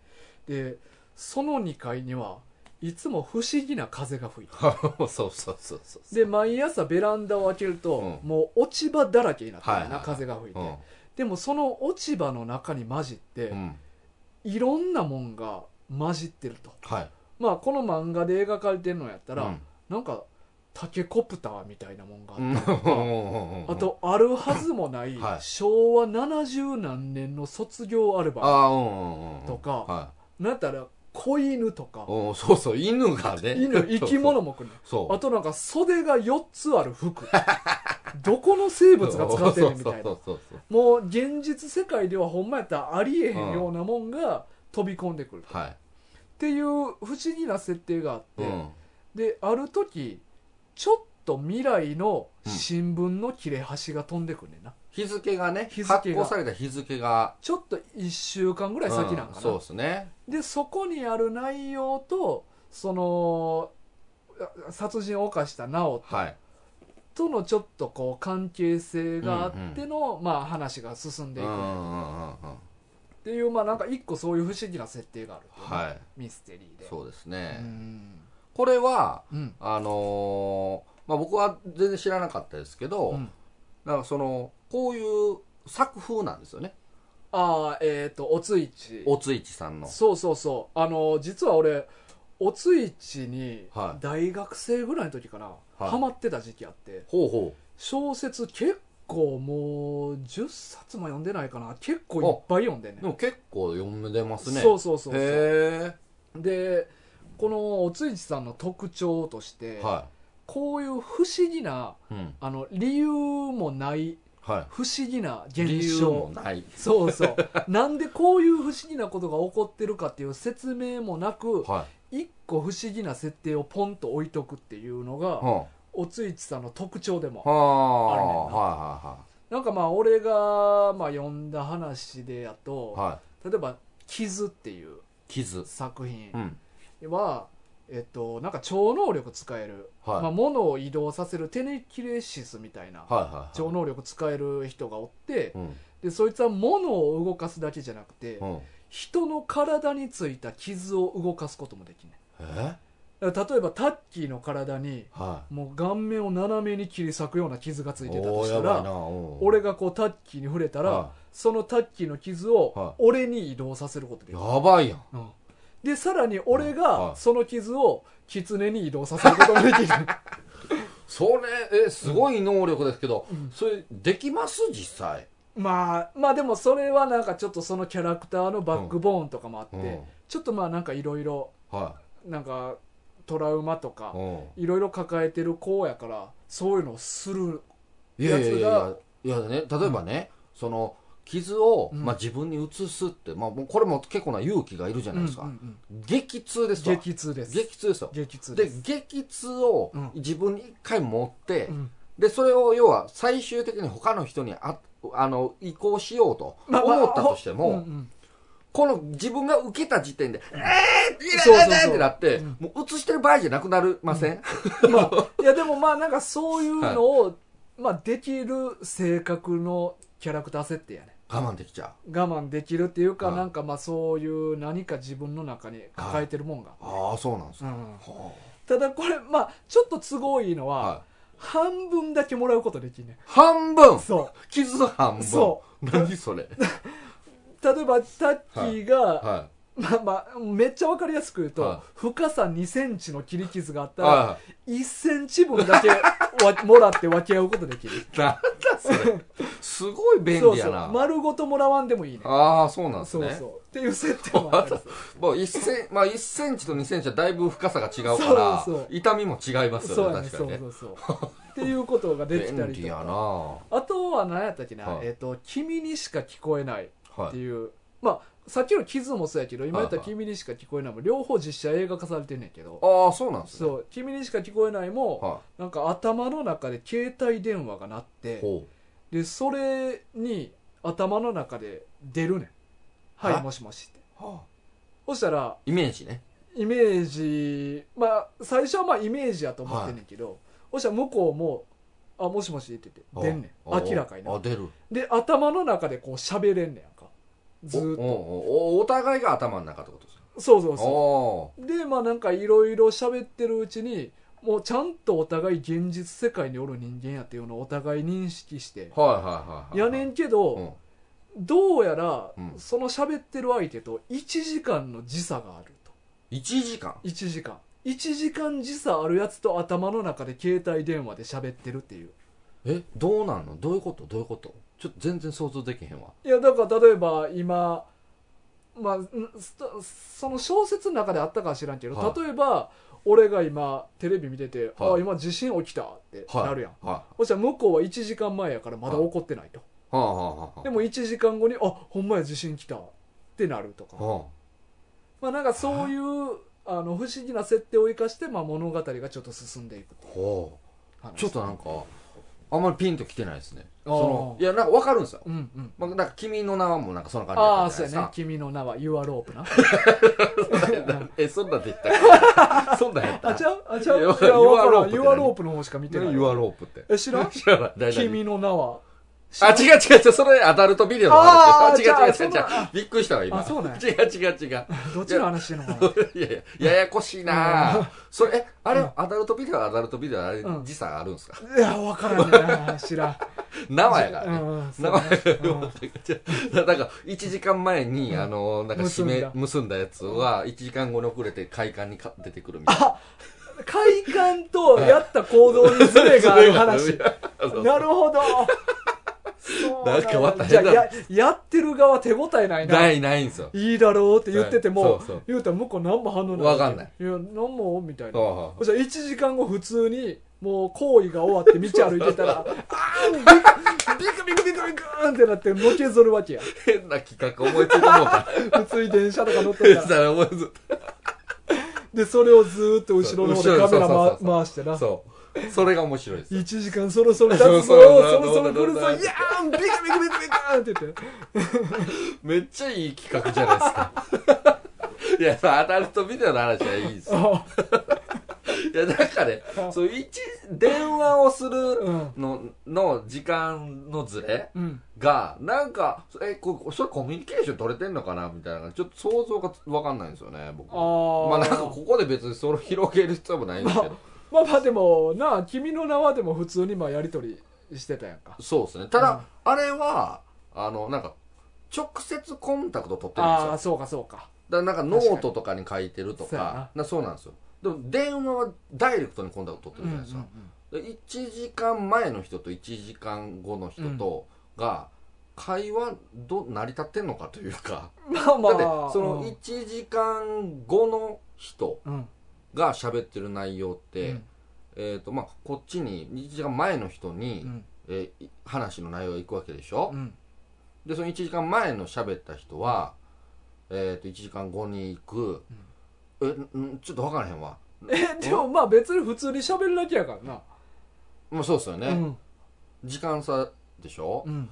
A: でその2階にはいつも不思議な風が吹いて
B: そうそうそうそうそう
A: で毎朝ベランダを開けると、
B: うん
A: もう落ち葉だらけになってるな、
B: はいはいはい
A: 風が吹いて、
B: うん
A: でもその落ち葉の中に混じって、
B: うん
A: いろんなもんが混じってると
B: はい
A: まあこの漫画で描かれてるのやったら、
B: うん
A: なんかタケコプターみたいなもんがあっ
B: う
A: た
B: ん
A: りとか、
B: うん
A: あとあるはずもない、
B: はい
A: 昭和70何年の卒業アルバ
B: あーうんうんうん
A: とか
B: は
A: ムなんたら子犬とか
B: い、うんそうそう犬がね
A: 犬生き物も来る
B: そう
A: あとなんか袖が4つある服どこの生物が使ってんねんみたい
B: そ
A: な
B: うそうそうそう
A: もう現実世界ではほんまやったらありえへんようなもんが飛び込んでくる、っ
B: そうはい、
A: ていう不思議な設定があって、
B: うん
A: である時ちょっと未来の新聞の切れ端が飛んでくんねんな、
B: 日付がね
A: 日付が
B: 発行された日付が
A: ちょっと1週間ぐらい先なんかな、
B: うんそうですね
A: でそこにある内容とそのあ殺人を犯した直人
B: はい
A: とのちょっとこう関係性があっての、まあ、話が進んでいく
B: うんうん
A: っ
B: うんうん
A: ていう、まあなんか一個そういう不思議な設定があるっていうね、
B: はい
A: ミステリーで
B: そうです
A: う
B: ね、
A: ん
B: これは
A: うん
B: あのーまあ、僕は全然知らなかったですけど、
A: うん
B: なんかそのこういう作風なんですよね
A: ああえっ、とおついち
B: おついちさんの
A: そうそうそうあの実は俺おついちに
B: はい
A: 大学生ぐらいの時かな、
B: い
A: ハマってた時期あって
B: ほうほ
A: 小説結構もう10冊も読んでないかな結構いっぱい読んでん
B: う
A: ね
B: でも結構読んでますね
A: そうそうそうそう
B: へ
A: でこのおついちさんの特徴として、
B: えは、
A: こういう不思議ない
B: うん
A: あの理由もない
B: はい、
A: 不思議な
B: 理
A: 現
B: 由も
A: 象
B: ない
A: そうそうなんでこういう不思議なことが起こってるかっていう説明もなく、
B: は
A: 一個不思議な設定をポンと置いとくっていうの
B: い
A: が、
B: は
A: おついちさんの特徴で
B: あ
A: も
B: は
A: あるねんな
B: あは
A: なんかまあ俺がまあ読んだ話でや
B: い
A: と、
B: はいはいはい
A: 例えば「傷」っていう
B: 傷
A: 作品
B: うん
A: は、えっと、なんか超能力使える、
B: はい、
A: まあ、物を移動させるテネキレシスみたいな
B: はいはいはい
A: 超能力使える人がおって
B: うん
A: でそいつは物を動かすだけじゃなくて
B: うん
A: 人の体についた傷を動かすこともできない
B: え
A: だから例えばタッキーの体に
B: は
A: もう顔面を斜めに切り裂くような傷がつ
B: い
A: いてた
B: お
A: と
B: ー
A: した
B: やばい
A: ら
B: なうん
A: 俺がこうタッキーに触れたら、
B: は
A: そのタッキーの傷
B: は
A: を
B: い
A: 俺に移動させることで
B: い
A: きる、
B: やばいやん
A: うんでさらに俺
B: は
A: が
B: い
A: その傷を狐に移動させることがで きる
B: それえすごい能力ですけど、
A: うん
B: それできます実際
A: まあまあでもそれはなんかちょっとそのキャラクターのバックボーンとかもあって、
B: うん
A: ちょっとまあなんかいろいろ
B: は
A: なんかトラウマとか
B: い、うん
A: いろいろ抱えてる子やからそういうのをする
B: いやいやい
A: や
B: やいやね例えばね、その傷を、
A: うん
B: まあ、自分に移すって、まあ、もうこれも結構な勇気がいるじゃないですか、
A: うんうんうん
B: 激痛ですわ
A: 激痛です
B: 激痛ですよ
A: 激痛
B: で
A: です
B: 激痛を
A: うん
B: 自分に一回持って、
A: うん
B: でそれを要は最終的に他の人にああの移行しようと
A: まあまあ
B: 思ったとしても、
A: うんうん
B: この自分が受けた時点で、えー、い
A: そうそう
B: ら
A: そう
B: ないってなって、
A: うん
B: もう映してる場合じゃなくなりません、
A: まあ、いやでもまあなんかそういうのを、まあ、できる性格のキャラクター設定やね
B: 我慢できちゃう。
A: 我慢できるっていうか、
B: はい
A: なんかまあそういう何か自分の中に抱えてるもんが、
B: ああ、そうなんで
A: う
B: すか。
A: ん、
B: は
A: ただこれまあちょっと都合いいの
B: あ
A: は、
B: はい
A: 半分だけもらうことできんね
B: 半分
A: そ
B: 傷半分
A: そ
B: 何 それ
A: う例えばタッキーが、
B: は
A: まあまあめっちゃわかりやすく言うと、
B: はい
A: 深さ2センチの切り傷があっ
B: い。
A: たら、
B: は
A: 1センチ分だけわもらって分け合うことできる
B: い。なんだそれ。すごい便利や
A: そう
B: な
A: そう。丸ごともらわんでもいいね
B: ああ、そうなんです
A: そう
B: ね。
A: そうっていう設定もあった りする
B: もう一セン、まあ一センチと二センチはだいぶ深さが違うから
A: そうそう、
B: 痛みも違います
A: そう
B: よ
A: や
B: ね、
A: ね
B: 確か
A: そう
B: にね
A: そ。うそうっていうことができた
B: 便
A: り
B: 利
A: と
B: やな
A: か
B: は
A: あとは何やったっけな、
B: はい
A: えっ、と「君にしか聞こえない」って
B: い。
A: いう、まあさっきの「キズ」もそうやけど今やったら「
B: はいは
A: 君にしか聞こえない」も両方実写映画化されてんねんけど
B: ああ、そうなんですね。
A: そう「君にしか聞こえないも」
B: は
A: なんか頭の中で携帯電話が鳴っ
B: い。
A: て
B: ほう。
A: でそれに頭の中で出るねん「はい
B: は
A: もしもし」って
B: はあ
A: そしたら
B: イメージね。
A: イメージまあ最初はまあイメージやと思ってんねんけど、そしたら向こうも「あもしもし」って言って出んね
B: ああ
A: ん明らかにな
B: あ、出る。
A: で頭の中でこう喋れんねやんかず
B: お
A: ーっと
B: おおお互いが頭の中ってことですか
A: そうそうそ
B: お
A: うでまあなんかいろいろ喋ってるうちにもうちゃんとお互い現実世界におる人間やっていうのをお互い認識して
B: ーはいはいはいはい
A: やねんけど、
B: うん
A: どうやら、
B: うん
A: その喋ってる相手と1時間の時差があると
B: 1時間
A: 1時間1時間時差あるやつと頭の中で携帯電話で喋ってるっていう
B: えどうなんのどういうことどういうことちょっと全然想像できへんわ
A: いやだから例えば今まあんそその小説の中であったかは知らんけど、
B: は
A: 例えば俺が今テレビ見てて、
B: は
A: あ
B: い
A: 今地震起きたって
B: はい
A: なるやん、
B: は
A: そしたら向こうは1時間前やからまだ起こってないと、
B: いはあはあはあ
A: でも1時間後にあほんまや地震来たってなるとか、
B: は
A: まあなんかそういうあの不思議な設定を生かして、まあ、物語がちょっと進んでいく
B: あほ
A: 話
B: うちょっとなんかあんまりピンときてないですね
A: あ
B: そ
A: ー
B: のいやなんかわかるんですよ、
A: うんうん
B: まあ、なんか君の名はもうなんかそんな感じだ
A: あ
B: っ
A: あ
B: たじ
A: そ
B: ゃ
A: うや
B: ないです
A: ね
B: か
A: 君の名は You are rope な
B: えそんなんで言ったっけ そんなんやった
A: あちゃうあちゃうい
B: い
A: や
B: や
A: 分からん
B: You are rope って
A: You
B: 何
A: are rope の方しか見てない
B: 何 You are rope って
A: え知らん
B: 知らない大丈夫
A: 君の名は
B: あ、違う違う違う、それアダルトビデオの
A: あー
B: 話。違う違う
A: じゃあ
B: 違う違う。びっくりしたわ、今。
A: あそうなんや
B: 違う違う違う。
A: どっちの話してんのかない
B: やいや、ややこしいな
A: う
B: ぁそれ、え、あ
A: うん
B: れ、アダルトビデオはアダルトビデオはあれ
A: うん、
B: 時差あるんですか
A: いや分からんねんな知らん
B: 生やから
A: う
B: ね。
A: んうんそう
B: 生
A: ね
B: やからもうなんか、なんか1時 間前に、あの、なんか
A: 結
B: 締
A: ん
B: め
A: だ、
B: 結んだやつは、1時間後に遅れて快感にか出てくるみたい
A: 快感とやった行動にズ レがある
B: な。
A: 話なるほど。
B: なんかまた
A: じゃあ
B: 変な
A: や、やってる側手応えないな。
B: ないい、ないんですよ。
A: いだろうって言ってても、
B: はいそうそう
A: 言うたら向こう何も反応ない。
B: わかんない。
A: いや、何もみたいな。
B: そ
A: そしたら1時間後普通に、もう行為が終わって道歩いてたら、あ ービクビクビクビクビクーンってなってのけぞるわけや。
B: う変な企画思いついたのか。
A: 普通に電車とか乗って
B: 変
A: たら。
B: な思いついた
A: で、それをずーっと後ろの方でカメラ
B: そう
A: ま
B: そうそうそう
A: 回してな。
B: そう。それが面白いですよ。
A: 1時間そろそろ経つ
B: そ
A: ぞ、
B: う
A: そ
B: そうそう
A: ろそろ来るぞ、い
B: そう
A: や
B: そ
A: ー
B: う
A: んビクビクビクビクーンって言って。
B: めっちゃいい企画じゃないですか。 いや、まあアダルトビデオの話はいいですよ。
A: あ
B: いや、なんかね、そう、一、電話をす
A: う
B: る
A: ん。
B: の、の時間のズレ
A: うん。
B: が、なんか、え、こそれコミュニケーション取れてんのかなみたいな、ちょっと想像がわかんないんですよね、僕。
A: あー
B: まあなんかここで別にそれを広げる必要もないんですけど。
A: まあまあでもなあ君の名はでも普通にまあやり取りしてたやんか
B: そうですね。ただ、
A: うん
B: あれは、あの、なんか、直接コンタクト取ってるんですよ
A: ああ。そうかそうか
B: だからなんかノートとかに書いてると
A: 確かに
B: かなそうなんですよでも電話はダイレクトにコンタクト取ってるじゃないですか、で1時間前の人と1時間後の人とが会話ど成り立ってんのかというか、
A: まあまあ
B: だってその
A: うん
B: 1時間後の人
A: うん
B: が喋ってる内容って、
A: うん
B: えーとまあ、こっちに1時間前の人に、
A: うん
B: えーい話の内容がいくわけでしょ、
A: うん
B: でその1時間前の喋った人は、えー、と1時間後に行く、えんちょっと分からへんわ
A: えでもまあ別に普通に喋るだけやからな
B: まあそうですよね、
A: うん
B: 時間差でしょ
A: う、ん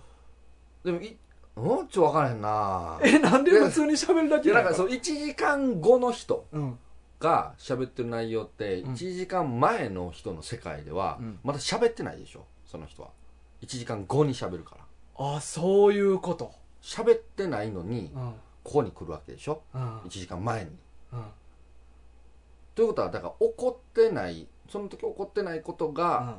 B: でもいうんちょっと分からへんな
A: えなんで普通に喋るだ
B: い
A: け
B: や
A: やから
B: なんかその1時間後の人
A: うん
B: が喋ってる内容って
A: うん
B: 1時間前の人の世界では
A: うん
B: まだ喋ってないでしょその人は1時間後に喋るから
A: あそういうこと
B: 喋ってないのに
A: うん
B: ここに来るわけでしょ
A: うん
B: 1時間前に
A: うん
B: ということはだから怒ってないその時怒ってないことが、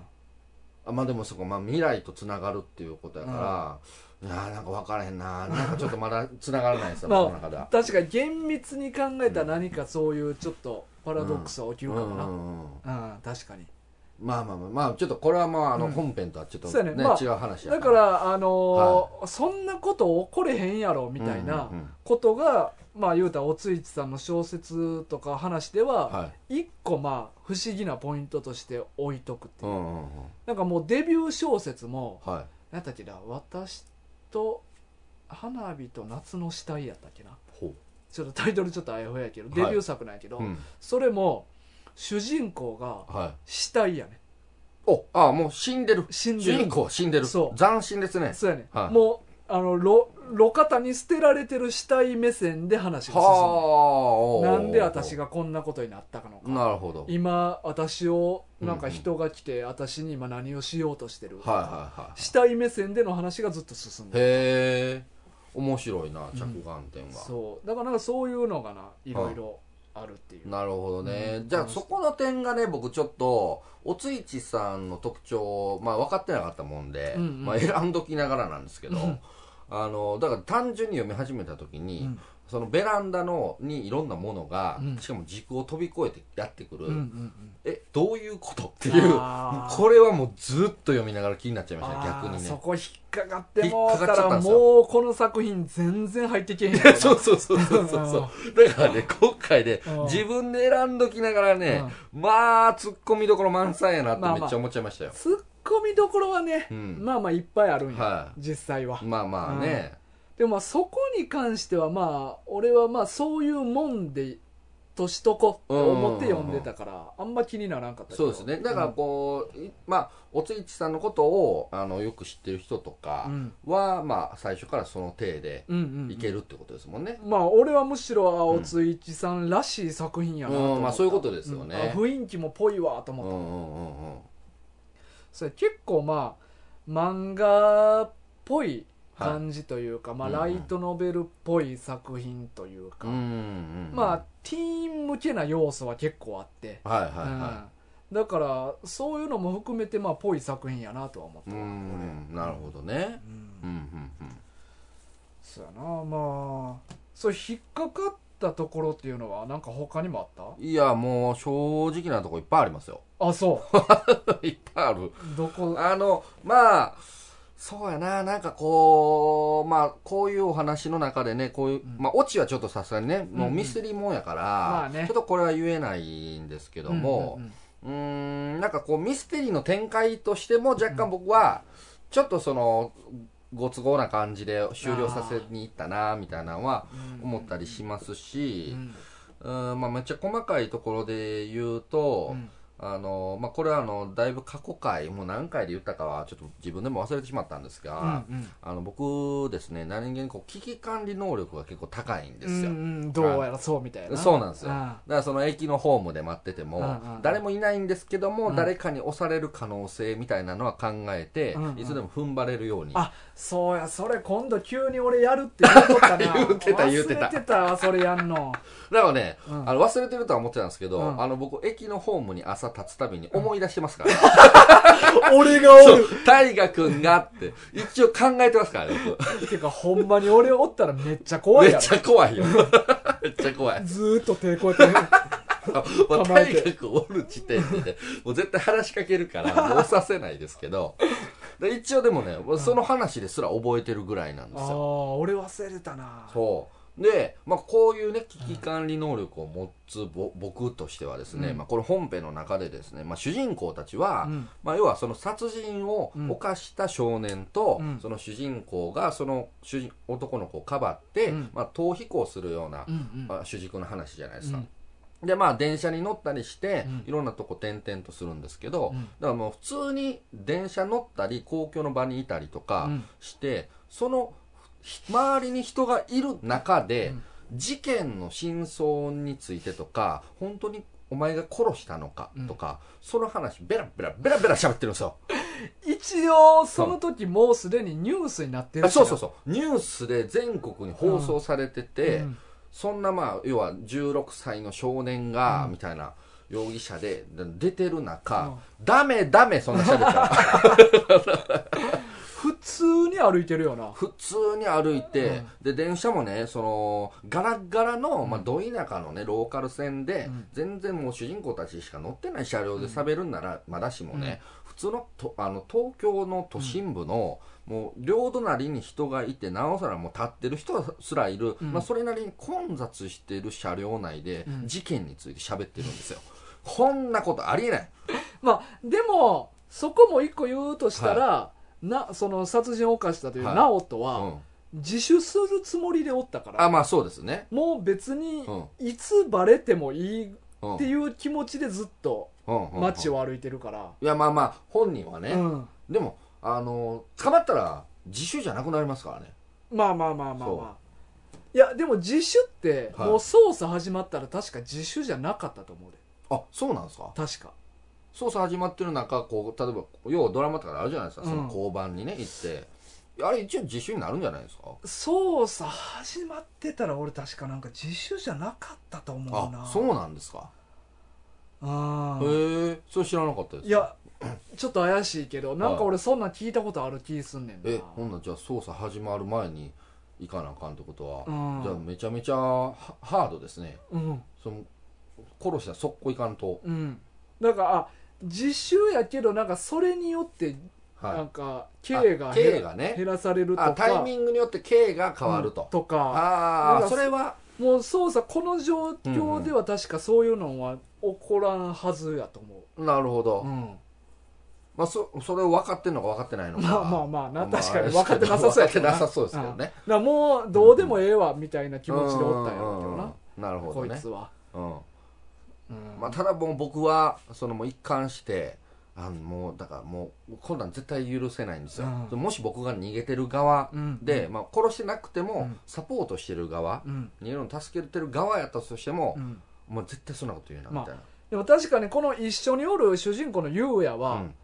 B: あまあでもそこ、まあ、未来とつながるっていうことやから、いやーなんか分からへんななんかちょっとまだつながらない ですよ、
A: まあ
B: 僕の中では。
A: 確かに厳密に考えたら何かそういうちょっとパラドックスは起き
B: う
A: るか
B: んう
A: もなうん
B: んうん
A: 確かに
B: まあまあまあ、まあ、ちょっとこれはまああの
A: うん
B: 本編とはちょっと
A: そう
B: ね,、
A: やねまあ
B: 違う話や
A: だからあのーそんなこと起これへんやろみたいな、
B: うんうんうん
A: ことがまあ言うたらおついちさんの小説とか話では
B: はい
A: 一個まあ不思議なポイントとして置いとくって
B: う
A: いうん
B: うんうん
A: なんかもうデビュー小説も
B: はい
A: 何だっけな私と花火と夏の死体やったっけな
B: ほ
A: ちょっとタイトルちょっとあやふややけど
B: は
A: デビ
B: い
A: ュー作なんやけど、
B: う、うん、
A: それも主人公が
B: はい
A: 死体やね
B: おああもう死んでる
A: 死ん
B: 主
A: で
B: 人
A: る
B: 公は死んでる
A: そう
B: 斬新ですね
A: そうやね、
B: はい
A: もうあの路路肩に捨てられてる死体目線で話が進
B: は
A: むな
B: あ
A: んで私
B: が
A: がこんなことになったかのか
B: なるほどはい
A: 今私をなんか
B: うんうん
A: 人が来て私に今何をしようとしてる
B: はいはい
A: 死体目線での話がずっと進んでる
B: へえ面白いな着眼点は、
A: そうだからなんかそういうのがないろいろあるっていう、
B: なるほどね、
A: うん
B: じゃあそこの点がね僕ちょっとおついちさんの特徴まあ分かってなかったもんで、
A: うんうん
B: まあ、選んどきながらなんですけど、
A: うん
B: あのだから単純に読み始めた時に、
A: うん
B: そのベランダのにいろんなものが、
A: うん
B: しかも時空を飛び越えてやってくる、
A: うんうんうん、
B: えどういうことっていう
A: あー
B: これはもうずっと読みながら気になっちゃいましたね
A: あー
B: 逆にね
A: そこ引っかかってもう
B: 引
A: た
B: っかかっちゃった
A: ら
B: んですよ
A: もうこの作品全然入ってけへんよ
B: そううそうそうそうそうそう だからね今回ね
A: うん
B: 自分で選んどきながらねまあツッコミどころ満載やなってめっちゃ思っちゃいましたよ、
A: ツッコミどころはね、
B: うん
A: まあまあいっぱいあるんや、
B: はい
A: 実際は、
B: まあまあね、
A: でもまあそこに関してはまあ俺はまあそういうもんでとしとこって思って読んでたからあんま気にならんかったけ
B: そ
A: ど
B: うですねだからこう、いまあおついちさんのことをあのよく知ってる人とか
A: うん
B: は、まあ最初からその体で
A: うんうんうん
B: いけるってことですもんね、
A: まあ俺はむしろ青津一さんらしい作品やなと思った、
B: うんまあそういうことですよね
A: うんあ雰囲気もぽいわと
B: う
A: 思っ
B: んう
A: た、
B: んうんうん
A: それ結構まあ漫画っぽい感じというか、まあ
B: うんうん
A: ライトノベルっぽい作品というか、
B: うんうんうん
A: まあティーン向けな要素は結構あって、
B: はいはいは
A: うん、だからそういうのも含めてまあぽい作品やなとは思っ
B: い
A: た
B: う
A: わ
B: ん
A: 俺
B: なるほどね
A: うん
B: うんうんうん
A: そうやなまあそう引っかかったところっていうのはなんか他にもあっ
B: いやもう正直なとこいっぱいありますよ
A: たあそ
B: いっぱいある
A: うどこ
B: あのまあそうやななんかこうまあこういうお話の中でねこうい
A: う
B: う、
A: ん
B: まあオチはちょっとさすがにねもうう
A: う
B: ん
A: ん
B: ミステリーもんやから、
A: まあね
B: ちょっとこれは言えないんですけども
A: うんうんうん
B: うーん,、なんかこうミステリーの展開としても若干僕はちょっとそのご都合な感じで終了させに行ったなみたいなのは思ったりしますし、うんまあ、めっちゃ細かいところで言うと、あのまあ、これはあのだいぶ過去回もう何回で言ったかはちょっと自分でも忘れてしまったんですが、あの僕ですね何気にこう危機管理能力が結構高いんですよ、だ
A: どうやらそうみたいな
B: そうなんですよ
A: あ
B: からその駅のホームで待ってても、
A: うんうんうん
B: 誰もいないんですけども、
A: うん
B: 誰かに押される可能性みたいなのは考えて、
A: うんうん
B: いつでも踏ん張れるように
A: あそうやそれ今度急に俺やるって言うとったな
B: 言うてた言うてた
A: 忘れてたわそれやん の
B: だからね、
A: うん
B: あの忘れてるとは思ってたんですけど、
A: うん
B: あの僕駅のホームに朝立つたびに思い出してま すから、
A: 俺が
B: そう大河君がって一応考えてますからね僕
A: てかほんまに俺おったらめっちゃ怖い
B: め
A: や
B: っちゃ
A: ろ
B: 怖いよめっちゃ怖い
A: ずーっと抵抗や ってる
B: もう
A: 構え
B: 大
A: て
B: 学おる時点でねもう絶対話しかけるからもうさせないですけどで一応でもねもうその話ですら覚えてるぐらいなん
A: あ
B: です
A: あ
B: よ
A: 俺忘れたな
B: そうで、まあ、こういうね危機管理能力を持つぼ僕としてはですね、
A: うん
B: まあ、これ本編の中でですね、まあ、主人公たちは、
A: うん
B: まあ、要はその殺人を
A: うん
B: 犯した少年と、
A: うん
B: その主人公がその主人男の子をかばって、
A: うん
B: まあ、逃避行するような、
A: うんうん
B: まあ主軸の話じゃないです
A: う
B: か
A: ん、
B: でまあ電車に乗ったりして、
A: うん
B: いろんなとこ転々とするんですけど、
A: うん
B: だからもう普通に電車乗ったり公共の場にいたりと
A: う
B: か
A: ん
B: して、そのひ周りに人がいる中で、
A: うん
B: 事件の真相についてとか本当にお前が殺したのかとか、その話ベラベラベラベラ喋ってるんですよ。
A: 一応その時もうすでにニュースになってる
B: あそうそう
A: そ
B: そうニュースで全国に放送されてて、そんなまあ要は16歳の少年が
A: うん
B: みたいな容疑者でで出てる中、ダメダメそんな喋ったら
A: 普通に歩いてるよな
B: 普通に歩いて、で電車もねそのガラッガラの、まあ、ど田舎のねローカル線で、
A: うん
B: 全然もう主人公たちしか乗ってない車両で喋るんなら、まだしもね、普通のとあの東京の都心部の、もう両隣に人がいてなおさらもう立ってる人すらいる、
A: うん
B: まあ、それなりに混雑してる車両内で
A: うん
B: 事件について喋ってるんですよ、こんなことありえない
A: まあでもそこも一個言うとしたら、なその殺人を犯したという
B: はい
A: 直人は、
B: うん、
A: 自首するつもりでおったから
B: あまあそうですね
A: もう別に
B: うん
A: いつバレてもいい
B: うん
A: っていう気持ちでずっと
B: うんうん
A: 街
B: うん
A: を歩いてるから、
B: いやまあまあ本人はね、
A: うん
B: でもあの捕まったら自首じゃなくなりますからね
A: まあまあまあまあ
B: そう
A: まあいやでも自首って
B: はい
A: もう捜査始まったら確か自首じゃなかったと思うで
B: あそうなんですか
A: 確か
B: 捜査始まってる中こう例えば要はドラマとかであるじゃないですか、
A: うん
B: その交番にね行ってあれ一応自主になるんじゃないですか
A: 捜査始まってたら俺確かなんか自首じゃなかったと思うな
B: あそうなんですか
A: あ
B: へえそれ知らなかったです
A: いやちょっと怪しいけどなんか俺そんなん聞いたことある気すんねんな
B: えほんならじゃあ捜査始まる前に行かなあかんってことは、
A: うん
B: じゃあめちゃめちゃハハードですね
A: うん
B: その殺したら速攻行かんと
A: うんだからあ自首やけどなんかそれによって
B: はい
A: なんか刑が
B: あ
A: 減
B: 刑
A: ら
B: がね
A: 減らされるとか
B: あタイミングによって刑が変わると、
A: うんとか
B: あ
A: な
B: あ
A: んか
B: それは
A: もう捜査この状況では確かそういうのは起こらんはずやと思う
B: なるほど、
A: うん
B: まあ、そそれを分かってんのか分かってないのか
A: まあまあまあな確かに分かってなさそうや
B: 分かってなさそうです
A: け
B: け
A: ど
B: どね
A: なもうどうでもええわみたいな気持ちでおったんやろうけどな
B: うんなるほ
A: こ
B: ど
A: い
B: ね
A: つは
B: うん
A: うん
B: まあ、ただもう僕はそのもう一貫してあのもうだからもうこんなん絶対許せないんですよ、
A: う
B: もし僕が逃げてる側
A: うん
B: で、まあ、殺してなくて
A: う
B: も
A: ん
B: サポートしてる側、
A: うん
B: 逃げるの助けてる側やったとしても
A: う、ん
B: もう絶対そんなこと言うなみ
A: まあ
B: たいな、
A: でも確かにこの一緒におる主人公の優也は、
B: うん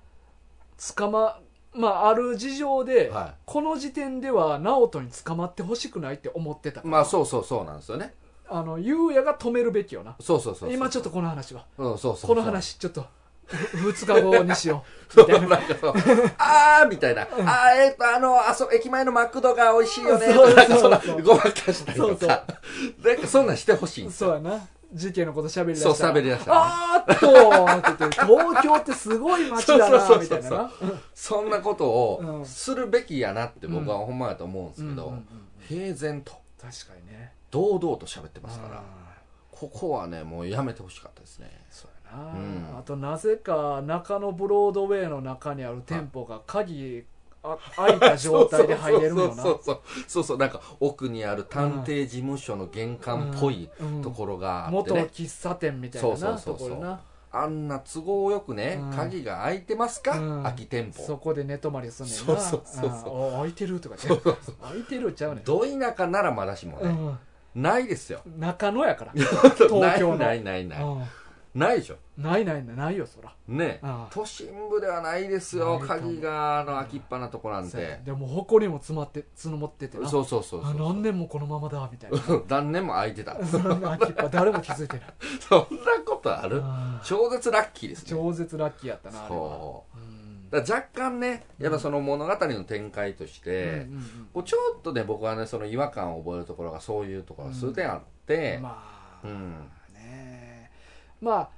A: 捕ままあある事情で、
B: は
A: この時点では直人に捕まってほしくないって思ってた
B: い、まあそうそうそうなんですよね
A: あの優也が止めるべきよな
B: そうそうそうそう
A: 今ちょっとこの話は
B: うん、そうそうそう
A: この話ちょっと2日後にしよ
B: そうなんかそうあーみたいな、あーえっ、とあのあそ駅前のマクドが美味しいよね
A: そうそう
B: とかなんかそんな
A: そう
B: ごまかしたりと
A: そ
B: か
A: うそう
B: なんかそんなんしてほし いん
A: う
B: です
A: そう
B: よ
A: やな事件のこと喋りだした
B: そ
A: ら
B: う喋りだしたらね
A: あーっとーって言って東京ってすごい街だ
B: そうそ
A: な
B: う
A: み
B: そ
A: た
B: うそう
A: いなな
B: そんなこと
A: う
B: を
A: ん
B: するべきやなって僕はほんまやと思うんです
A: うんう
B: け
A: んうん
B: ど、
A: うん
B: 平然と
A: 確かにね
B: 堂々と喋ってますから
A: あー
B: ここはねもうやめてほしかったですね
A: そうやな、
B: うん
A: あとなぜか中野ブロードウェイの中にある店舗が鍵あ開いた状態で入れるのよな
B: そうそうそうそうそうそうなんか奥にある探偵事務所の玄関っぽい
A: うん
B: ところがあって
A: 元
B: ね、
A: 喫茶店みたいな
B: そう
A: な
B: そ
A: と
B: うそうそ
A: こ
B: う
A: ろな
B: あんな都合よくね、
A: うん
B: 鍵が開いてますか、
A: うん
B: 空き店
A: そ
B: 舗
A: こで寝泊まりすんねんな
B: そうそうそうそう
A: あーあ開いてるとかね開いてるちゃうねん
B: ど田舎ならまだしも
A: う
B: ね、
A: ん
B: ないですよ
A: 中野やから
B: な
A: 東
B: い
A: 京の
B: ないないない、
A: うん
B: ないでしょ
A: ないないないないよそら
B: ね
A: うん
B: 都心部ではないですよ
A: ないと思う
B: 鍵があの開きっぱなとこなん
A: そうや
B: て
A: ねでも誇りも詰まって募っててな
B: そうそうそう
A: あ
B: そう
A: 何年もこのままだみたいな
B: 何年も開いてた
A: そん な秋っぱ誰も気づいてない
B: そんなことあ
A: う
B: る
A: ん
B: 超絶ラッキーですね
A: 超絶ラッキーやったなあれは
B: そううんだから若干ねやっぱその物語の展開とし
A: うんう
B: て、
A: ん
B: こうちょっとね僕はねその違和感を覚えるところがそういうところが数点あっ
A: う
B: て
A: ん、まあ
B: うん
A: ねまあ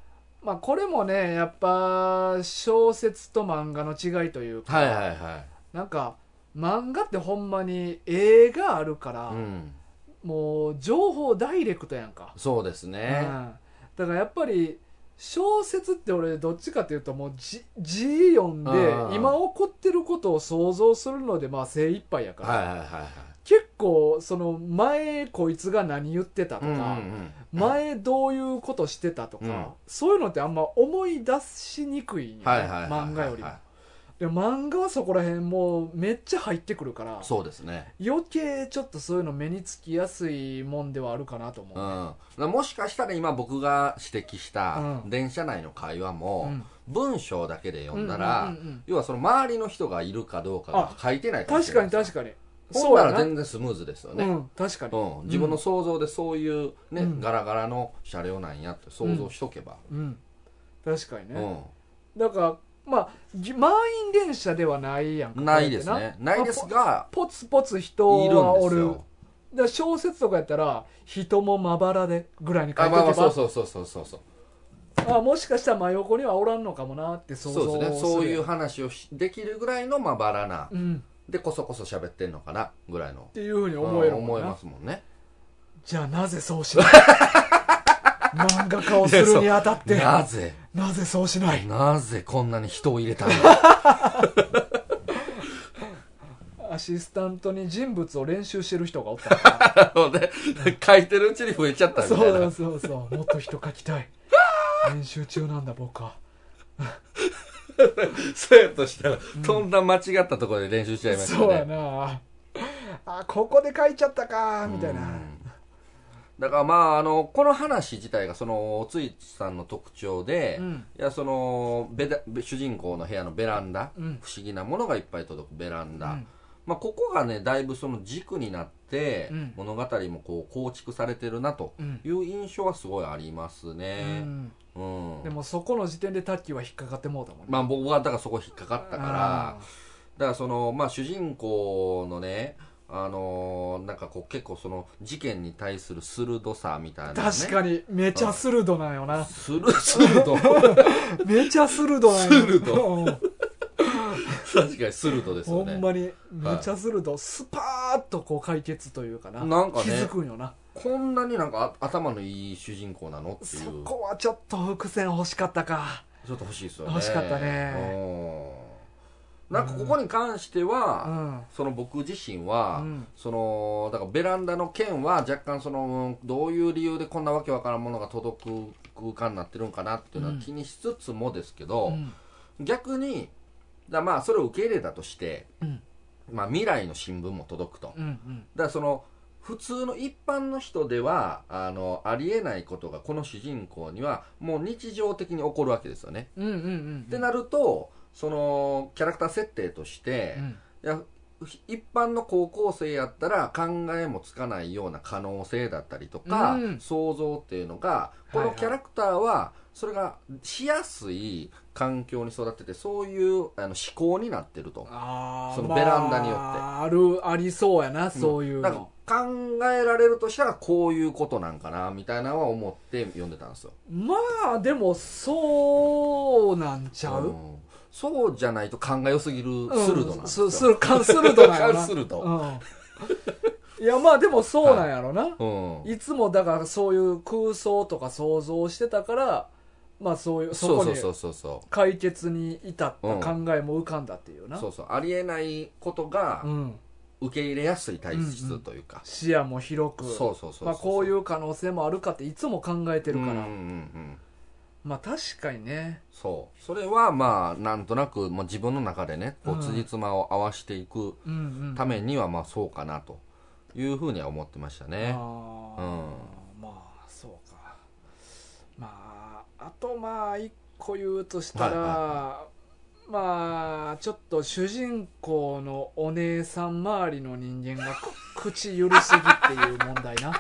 A: まあこれもねやっぱ小説と漫画の違いというか、
B: はいはいは
A: なんか漫画ってほんまに絵があるから、
B: い、うん、
A: もう情報ダイレクトやんか、
B: そうですね、
A: うんだからやっぱり小説って俺どっちかっていうともう字字読んで
B: うん
A: 今起こってることを想像するのでまあ精一杯やから、
B: はいはいはいはい
A: 結構その前こいつが何言ってたと
B: う
A: か、
B: んうん
A: 前どういうことしてたとか、
B: うん
A: そういうのってあんま思い出しにくいんよね、
B: うんはいはいはいはいはい
A: 漫画よりもで漫画はそこら辺もうめっちゃ入ってくるから
B: そうですね
A: 余計ちょっとそういうの目につきやすいもんではあるかなと思
B: うん、だ
A: う、
B: からもしかしたら今僕が指摘した
A: うん
B: 電車内の会話も
A: うん
B: 文章だけで読んだら、
A: うんうんうんうん
B: 要はその周りの人がいるかどうかが書いてない
A: 確かに
B: か
A: 確かに
B: に
A: そ
B: そう
A: う
B: な
A: や
B: ら
A: な
B: 全然スムーズですよね、
A: う
B: うん
A: ん、確かに、
B: 自分の想像でそういうね、
A: うん
B: ガラガラの車両なんやって想像しとけば、
A: うん、確かに
B: う
A: ね、
B: ん
A: だからまあじ満員電車ではないやんか
B: ないですねないですが
A: ポツポツ人
B: いる
A: は
B: んで
A: お
B: す
A: る
B: よ
A: だから小説とかやったら人もまばらでぐらいに書
B: あ
A: いて
B: まあま
A: お
B: あそう
A: け
B: そうそうそうそうそう
A: ばあもしかしたら真横にはおらんのかもなって想像
B: そうですね
A: する
B: そういう話をしできるぐらいのまばらな、
A: うん、
B: でこそこそ喋ってんのかなぐらいの
A: っていうふうに思える
B: うん
A: も
B: 思
A: ん
B: いま
A: な
B: すもんね
A: じゃあなぜそう しない漫画家をするにあたって
B: な ぜ
A: なぜそうしない
B: なぜこんなに人を入れたんだ
A: アシスタントに人物を練習してる人がおったか
B: なるほどね 書いてるうちに増えちゃった
A: ら
B: みたい
A: そ
B: な
A: うそうそうもっと人描きた い練習中なんだ僕は
B: そうやとしたら、とんだ間違ったところで練習しちゃいましたね
A: そうやなあここで書いちゃったかみたいな
B: うんだからまああのこの話自体がそのおついさんの特徴で、
A: うん
B: いやそのベラ主人公の部屋のベランダ、
A: うん
B: 不思議なものがいっぱい届くベランダ、
A: うん
B: まあ、ここがねだいぶその軸になって、
A: うん
B: 物語もこう構築されてるなと
A: うん
B: いう印象はすごいあります
A: う
B: ね。
A: ん
B: うん
A: でもそこの時点でタッキーは引っかかってもうたもんね
B: まあ、僕はだからそこ引っかかったからだからその、まあ、主人公のねあのーなんかこう結構その事件に対する鋭さみたいな、
A: うん
B: ね、
A: 確かにめちゃ鋭なんよな
B: する 鋭
A: めちゃ鋭なんよ
B: 鋭
A: うん
B: 確かに鋭です
A: ほ
B: よ
A: ん
B: ね
A: まにめちゃ鋭スパーッとこう解決というかな
B: なんかね
A: 気づくんよな
B: こんなになんかあ頭のいい主人公なのっていう
A: そこはちょっと伏線欲しかったか
B: ちょっと欲しいですよね
A: 欲しかったね
B: うんなんかここに関しては、
A: うん
B: その僕自身は、
A: うん
B: そのだからベランダの件は若干そのうんどういう理由でこんなわけわからんものが届く空間になってるんかなっていうのは
A: うん
B: 気にしつつもですけど、
A: うん
B: 逆にだからまあそれを受け入れたとして、
A: うん
B: まあ、未来の新聞も届くと、だか
A: うんうん
B: らその普通の一般の人ではあのありえないことがこの主人公にはもう日常的に起こるわけですよね。
A: うんうんうん
B: ってなるとそのキャラクター設定として、
A: うん
B: いや一般の高校生やったら考えもつかないような可能性だったりとか、
A: うん
B: 想像っていうのがこ
A: はい
B: の
A: はい
B: キャラクターはそれがしやすい環境に育っててそういうあの思考になってると
A: あー
B: そのベランダによって
A: まあ、あるありそうやなそういう
B: だから
A: の、
B: 考えられるとしたらこういうことなんかなみたいなのは思って読んでたんですよ
A: まあでもそうなんちゃう、
B: んそうじゃないと考えよすぎる鋭なんですよ、
A: すする感鋭なんや な
B: 鋭
A: うん、いやまあでもそうなんやろな、
B: うん
A: い、つもだからそういう空想とか想像してたからまあそういうそ
B: そ
A: こ
B: うそ
A: に
B: うそうそうそう
A: 解決に至った考えも浮かんだっていうな、
B: そうそうありえないことが
A: うん
B: 受け入れやすい体質というか、
A: 視野も広く
B: そうそうそうそう
A: まあ、こういうう可能性もあるかっていつも考えてるから、
B: んうんうん
A: まあ確かにね
B: そうそれはまあなんとなく、まあ、自分の中でねこ
A: うん
B: う辻褄を合わしていく
A: うんうん
B: ためにはまあそうかなというふうには思ってましたね、
A: あーまあそうかまああとまあ一個言うとしたら、
B: はいは
A: まあちょっと主人公のお姉さん周りの人間がく口ゆるすぎっていう問題 な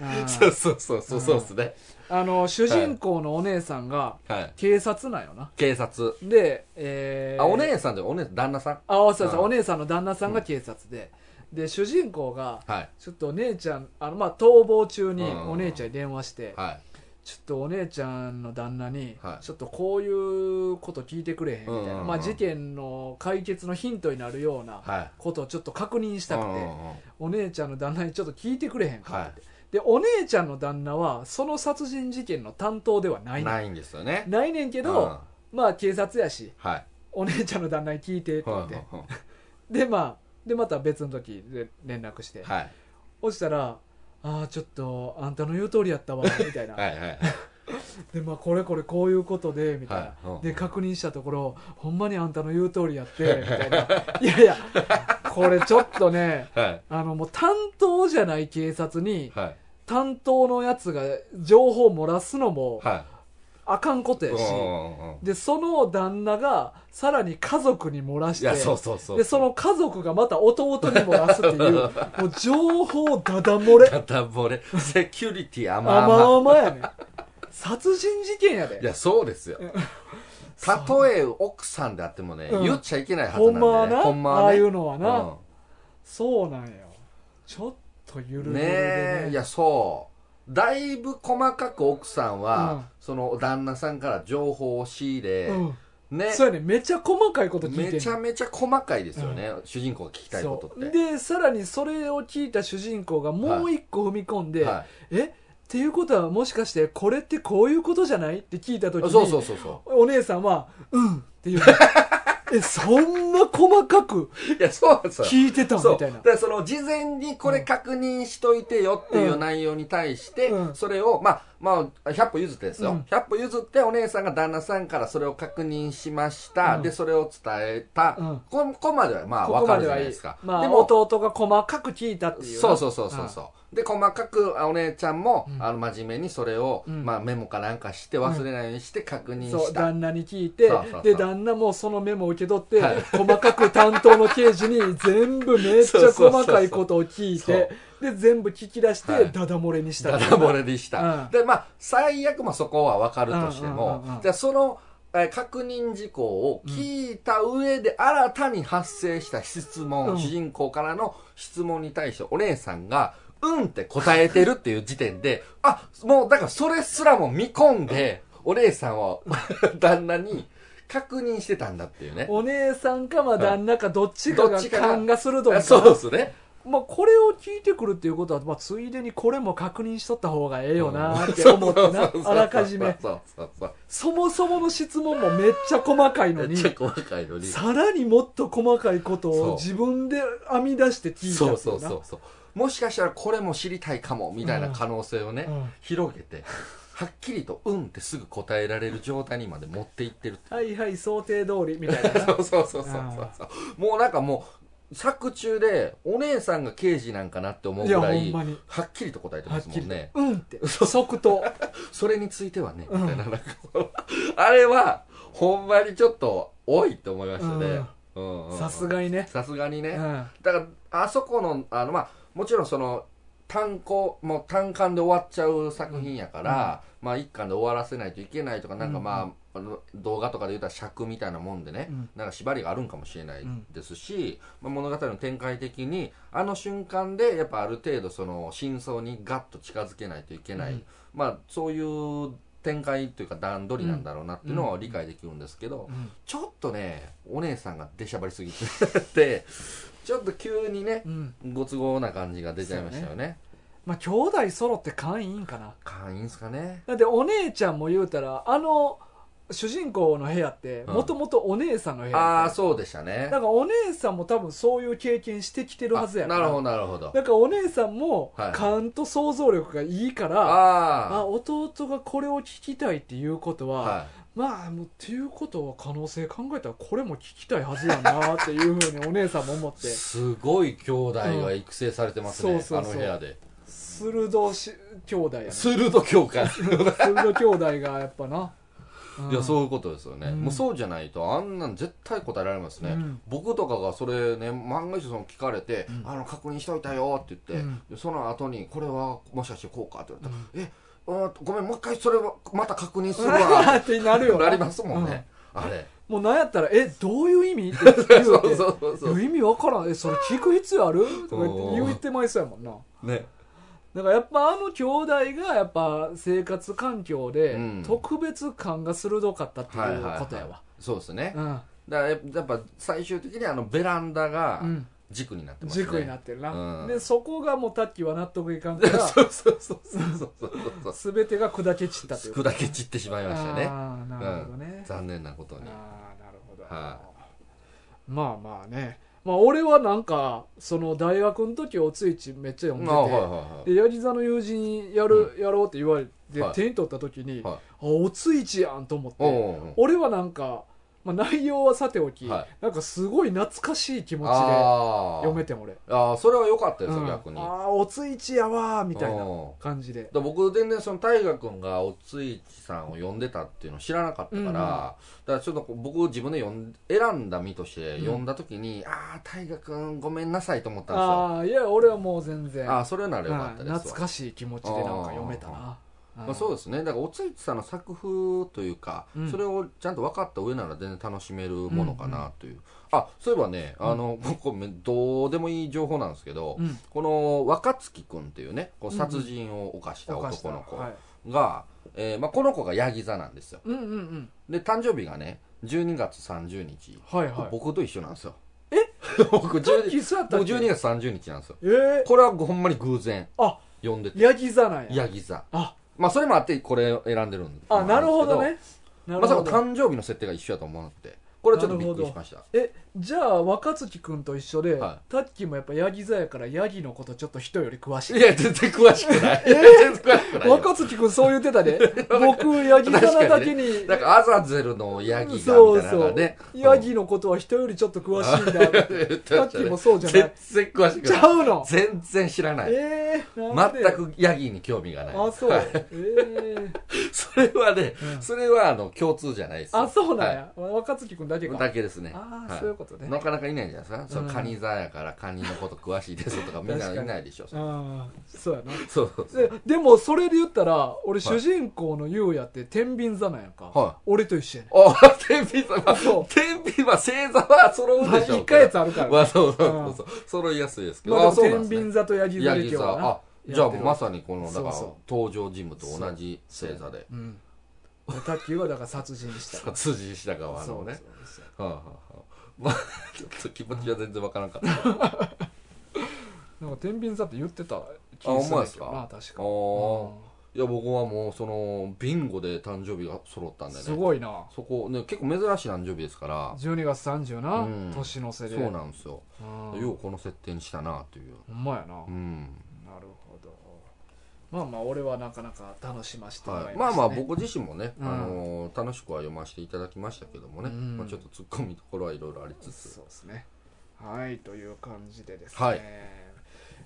A: うん
B: そうそうそうそうそうですね、
A: あの主人公のお姉さんが
B: はい
A: 警察なんよな
B: 警察
A: でえー、
B: あお姉さんでお姉さん旦那さん
A: あそうそうそう
B: うん
A: お姉さんの旦那さんが警察で、で主人公が
B: はい
A: ちょっとお姉ちゃんあの、まあ、逃亡中に
B: うん
A: お姉ちゃんに電話して、
B: は
A: ちょっとお姉ちゃんの旦那に、
B: はい
A: ちょっとこういうこと聞いてくれへんみたいな、
B: うんうんうん
A: まあ、事件の解決のヒントになるようない
B: はい
A: ことをちょっと確認したくて、
B: うんうんうん
A: お姉ちゃんの旦那にちょっと聞いてくれへんかって、
B: は
A: でお姉ちゃんの旦那はその殺人事件の担当ではない
B: い
A: ねん
B: ないんですよね
A: ないねんけど、まあ警察やし
B: うんはい
A: お姉ちゃんの旦那に聞いてって言
B: は
A: っ
B: い
A: て、でまあでまた別の時で連絡して、
B: はい
A: 落ちたら「ああちょっとあんたの言う通りやったわ」みたいな、
B: はいはい
A: でまあこれこれこういうことでみたいな、
B: はいうん
A: で確認したところほんまにあんたの言う通りやってみたいないやいやこれちょっとね
B: はい
A: あのもう担当じゃない警察に
B: はい
A: 担当のやつが情報漏らすのも
B: は
A: あかんこと
B: い
A: やし、
B: うんうんうん
A: でその旦那がさらに家族に漏らし
B: い
A: て
B: やそうそうそう
A: でその家族がまた弟に漏らすっていう もう情報ダダ漏れ
B: ダダ漏れセキュリティ甘
A: 甘
B: 々
A: 々やねん殺人事件やで
B: いやそうですよたとえ奥さんであってもね、
A: うん
B: 言っちゃいけないは
A: ほ
B: ず
A: ん
B: なん
A: まは
B: でね
A: なあ
B: は
A: あい
B: ね
A: うのはな、そうなんよちょっとゆ
B: う
A: る
B: ん
A: ゆる
B: ね
A: でね
B: えいやそうだいぶ細かく奥さんは、
A: うん
B: その旦那さんから情報を仕入れ、
A: うん
B: ね
A: そうやねめちゃ細かいこと聞いてんね
B: め
A: ん
B: ちゃめちゃ細かいですよね、主人公が聞きたいこと
A: そ
B: っ
A: う
B: て
A: でさらにそれを聞いた主人公がもう一個踏み込んで、
B: は
A: えっていうことはもしかしてこれってこういうことじゃないって聞いた
B: い、
A: 時
B: そう
A: に
B: そうそうそ
A: お姉さんは「うん」って 言うねえそんな細かく
B: ういやそうなんですよ
A: 聞いてたん
B: そう
A: みたいな
B: だからその事前にこれ確認しといてよっていう内容に対して、
A: うん
B: それを、まあ、まあ、100歩譲ってですよ、
A: うん
B: 100歩譲ってお姉さんが旦那さんからそれを確認しました、
A: うん
B: で、それを伝えた、
A: うん
B: こここまではまあ
A: ここ
B: わか
A: ま
B: る
A: で
B: じゃ
A: は
B: な
A: い
B: いで
A: い
B: すか。
A: まあ
B: でも、
A: 弟が細かく聞いたっていうな
B: そうそうそうそうそう、で細かくあお姉ちゃんも、
A: うん
B: あの真面目にそれを、
A: うん
B: まあ、メモかなんかして忘れないようにして確認
A: そう
B: した、
A: 旦那に聞いて
B: そうそうそう
A: で旦那もそのメモを受け取って、
B: はい
A: 細かく担当の刑事に全部めっち
B: そう
A: ゃ
B: そうそうそう
A: 細かいことを聞いてで全部聞き出して、
B: はい
A: ダダ漏れにした
B: ダダ漏れでし
A: うん
B: た、でまあ最悪まあそこは分かるとしても、
A: うんうんうんうん
B: じゃあその、えー確認事項を聞いた上で新たに発生した質問、
A: うん
B: 主人公からの質問に対してお姉さんが「うん」って答えてるっていう時点であもうだからそれすらも見込んで、お姉さんを 旦那に確認してたんだっていうね
A: お姉さんかまあ旦那かどっちか
B: ど
A: が
B: っちかが
A: 勘が鋭いから
B: そうですね
A: まあ、これを聞いてくるっていうことは、まあ、ついでにこれも確認しとった方がええよなって思ってな
B: そうそうそうそう
A: あらかじめ
B: そうそうそう
A: そもそもの質問もめっちゃ細かいの
B: め
A: に
B: っちゃ細かいのに
A: さらにもっと細かいこと
B: そう
A: を自分で編み出して聞いたってい
B: そうそうそうそうもしかしたらこれも知りたいかもみたいな可能性をね、
A: うん
B: 広げ てはっきりと「うん」ってすぐ答えられる状態にまで持っていってる
A: はいはい想定通りみたいなな
B: そうそうそうそうそうそうもうなんかもう作中でお姉さんが刑事なんかなって 思う
A: い
B: ぐ
A: や
B: ら
A: ほ
B: い
A: んまに
B: はっきりと答えて
A: は
B: ま
A: っ
B: す
A: き
B: も
A: り
B: んね
A: 「うん」って 即答
B: それについてはね
A: うん
B: みたいななんかそのあれはほんまにちょっと多いって思いましたねうんうん
A: さすがにね、
B: さすがにね、
A: うん
B: だからあそこのあのまあもちろんその単行もう単巻で終わっちゃう作品やから、まあ一巻で終わらせないといけないとかなんかまあ、あの動画とかで言うたら尺みたいなもんでね、
A: うん
B: なんか縛りがあるんかもしれないですし、まあ、物語の展開的にあの瞬間でやっぱある程度その真相にガッと近づけないといけない、
A: うん
B: まあそういう展開というか段取りなんだろうなっていうのは理解できるんですけど、
A: うん
B: ちょっとねお姉さんが出しゃばりすぎてて ちょっと急にね
A: うん
B: ご都合な感じが出ちゃいましたよね
A: まあ兄弟揃って勘いいんかな
B: 勘いいんすかね
A: だってお姉ちゃんも言うたらあの主人公の部屋って
B: うん
A: もともとお姉さんの部屋
B: ああそうでしたね
A: だからお姉さんも多分そういう経験してきてるはずや
B: あ
A: から
B: なるほどなるほど
A: だからお姉さんも
B: はい
A: 勘と想像力がいいから、あ
B: あ
A: 弟がこれを聞きたいっていうこと
B: あ
A: は、
B: は
A: まあもうっていうことは可能性考えたらこれも聞きたいはずやなっていうふうにお姉さんも思っ
B: い
A: て
B: すごい兄弟が育成されてます
A: うん
B: ね
A: そう
B: あ
A: そう
B: の
A: そう
B: 部屋で
A: 鋭し兄弟やね
B: 鋭教会
A: 鋭兄弟がやっぱな、うん
B: いやそういうことですよね
A: うん
B: もうそうじゃないとあんなん絶対答えられます
A: う
B: ね
A: ん
B: 僕とかがそれね漫画家さん聞かれて
A: うん
B: 「あの確認しといたよ」って言っ
A: う
B: て
A: ん
B: でその後に「これはもしかしてこうか」って言われたらうんごめんもう一回それはまた確認するわ
A: ってなるよ
B: なりますもんね、あれ
A: もうなんやったら「えどういう意味?」って言うて
B: そうそうそうそ
A: いや意味わからんえそれ聞く必要ある?」とか言って言ってまいそうやもんな
B: うね
A: だからやっぱあの兄弟がやっぱ生活環境で
B: うん
A: 特別感が鋭かったってい
B: はいはいうはい
A: ことやわ
B: そうですね
A: うん
B: だからやっぱ最終的にあのベランダが
A: うん
B: 軸になってますね
A: 軸になってる
B: う
A: なんでそこがもうタッキーは納得いかんか
B: そ
A: ら
B: う そうそうそうそうそうそう
A: 全てが砕け散ったという
B: 砕け散ってしまいましたね
A: ああなるほどね
B: 残念なことに
A: ああなるほど
B: は
A: まあまあねまあ俺はなんかその大学の時おついちめっちゃ読んで
B: あはい
A: て
B: はいはい
A: で八木座の友人やる、やろうって言われて、
B: はい
A: 手に取った時に、
B: はい
A: あおついちやんと思って
B: おお
A: 俺はなんか、まあ、内容はさておき、
B: はい
A: なんかすごい懐かしい気持ちで
B: あ
A: 読めてん俺、
B: あああそれは良かったです
A: う
B: よ
A: ん
B: 逆に
A: ああおついちやわーみたいな
B: うん
A: 感じで
B: だから僕全然その大河君がおついちさんを呼んでたっていうのを知らなかったから、
A: うんうん
B: だからちょっとこう僕自分で呼ん選んだ身として呼んだ時に、ああ大河君ごめんなさいと思ったんですよ
A: ああいや俺はもう全然
B: ああそれならよかった
A: う
B: で
A: ん
B: すわ
A: 懐かしい気持ちでなんか読めたな、
B: まあ、そう
A: う
B: ですねだからおついちさんの作風というか、
A: うん
B: それをちゃんと分かった上なら全然楽しめるものかなという、あそういえばねあの、ここどうでもいい情報なんですけど、
A: うん
B: この若月君っていうねこう殺人を犯した
A: 犯
B: 男の子
A: はい、
B: が、えーまあ、この子がヤギ座なんですよ
A: うんうんうん
B: で誕生日がね12月30日、
A: はいはい
B: 僕と一緒なんですよ
A: え
B: 僕
A: タッキ
B: 12
A: ーそうやった
B: 僕
A: っけ
B: 12月30日なんですよ
A: ええ
B: これはほんまに偶然
A: あ
B: 呼んでて
A: ヤギ座なんや
B: ヤギ座
A: あ
B: まあそれもあってこれ選んでるんです
A: あなるほどねなる
B: まさか
A: ほど
B: 誕生日の設定が一緒やと思わなくてこれちょっとびっくりしました
A: えじゃあ若月君と一緒で、
B: は
A: タッキーもやっぱヤギ座やからヤギのことちょっと人より詳しい
B: いや、全然詳しくない。全然詳しくないよ。
A: 若月君そう言ってた で僕ヤギ座なだけに
B: なんか、アザゼルのヤギが、
A: そう
B: みたいなの
A: そ
B: が
A: う
B: ね。
A: ヤギのことは人よりちょっと詳しいんだ
B: 言って
A: タ
B: ま
A: ッ
B: し
A: キ
B: た
A: ー
B: ね
A: もそう じゃない
B: 全然詳しく
A: ち
B: ない。
A: ゃうの
B: 全然知らない。
A: ええー、なんで
B: 全くヤギに興味がない。
A: あそう
B: は
A: え
B: い
A: えー、
B: それはね
A: う、ん
B: それは、あの、共通じゃないですよ。
A: あそうなんや、若月君だけ
B: はい。
A: か
B: だけですね。
A: ああ、
B: はい
A: そういうことね
B: なかなかいないんじゃないですか。そうの
A: ん
B: カニ座やから、カニのこと詳しいですとか、みんな
A: 確か
B: い
A: に
B: ないでしょ。
A: ああそうやな
B: そうそうそう。
A: ででもそれで言ったら俺主人公の優也って天秤座なんやんか、
B: は
A: 俺と一緒やね
B: お天秤座、まあ
A: そう
B: 天秤、まあ、星座は揃
A: ん
B: う
A: まあ
B: でしょ
A: 1
B: うから。
A: ヶ月あるから、
B: まあ、そうそうそう。揃いやすいですけど。
A: まあ、で
B: そう
A: も
B: な
A: 天
B: んですね
A: 秤座とヤギ座
B: ヤ
A: で
B: ギ
A: 今日
B: 座
A: はな
B: あじゃあまさにこのだから
A: そうそう
B: 登場人物と同じ星座で
A: うん卓球はだから殺人したから
B: 殺人した側のね
A: そうそうそう
B: はあはあはあまあちょっと気持ちは全然わからんかった
A: なんか天秤座って言ってた気
B: あ
A: が
B: ほん
A: す
B: ま
A: るんで
B: で
A: すす
B: か
A: よな確か
B: おー
A: うん
B: いや僕はもうそのビンゴで誕生日が揃ったんですね
A: ごいな
B: そこね結構珍しい誕生日ですから
A: 12月30な、
B: うん
A: 年の瀬で
B: そうなんですよ
A: うん
B: ようこの設定にしたなという
A: ほんまやな、
B: うん
A: なるほどまあまあ俺はなかなか楽しましてもらいま
B: はい、
A: した、ね
B: まあまあ僕自身もね、
A: うん
B: あのー楽しくは読ませていただきましたけどもね、
A: うん
B: まあ、ちょっとツッコミどころはいろいろありつつ
A: そうですねはいという感じでですね、
B: はい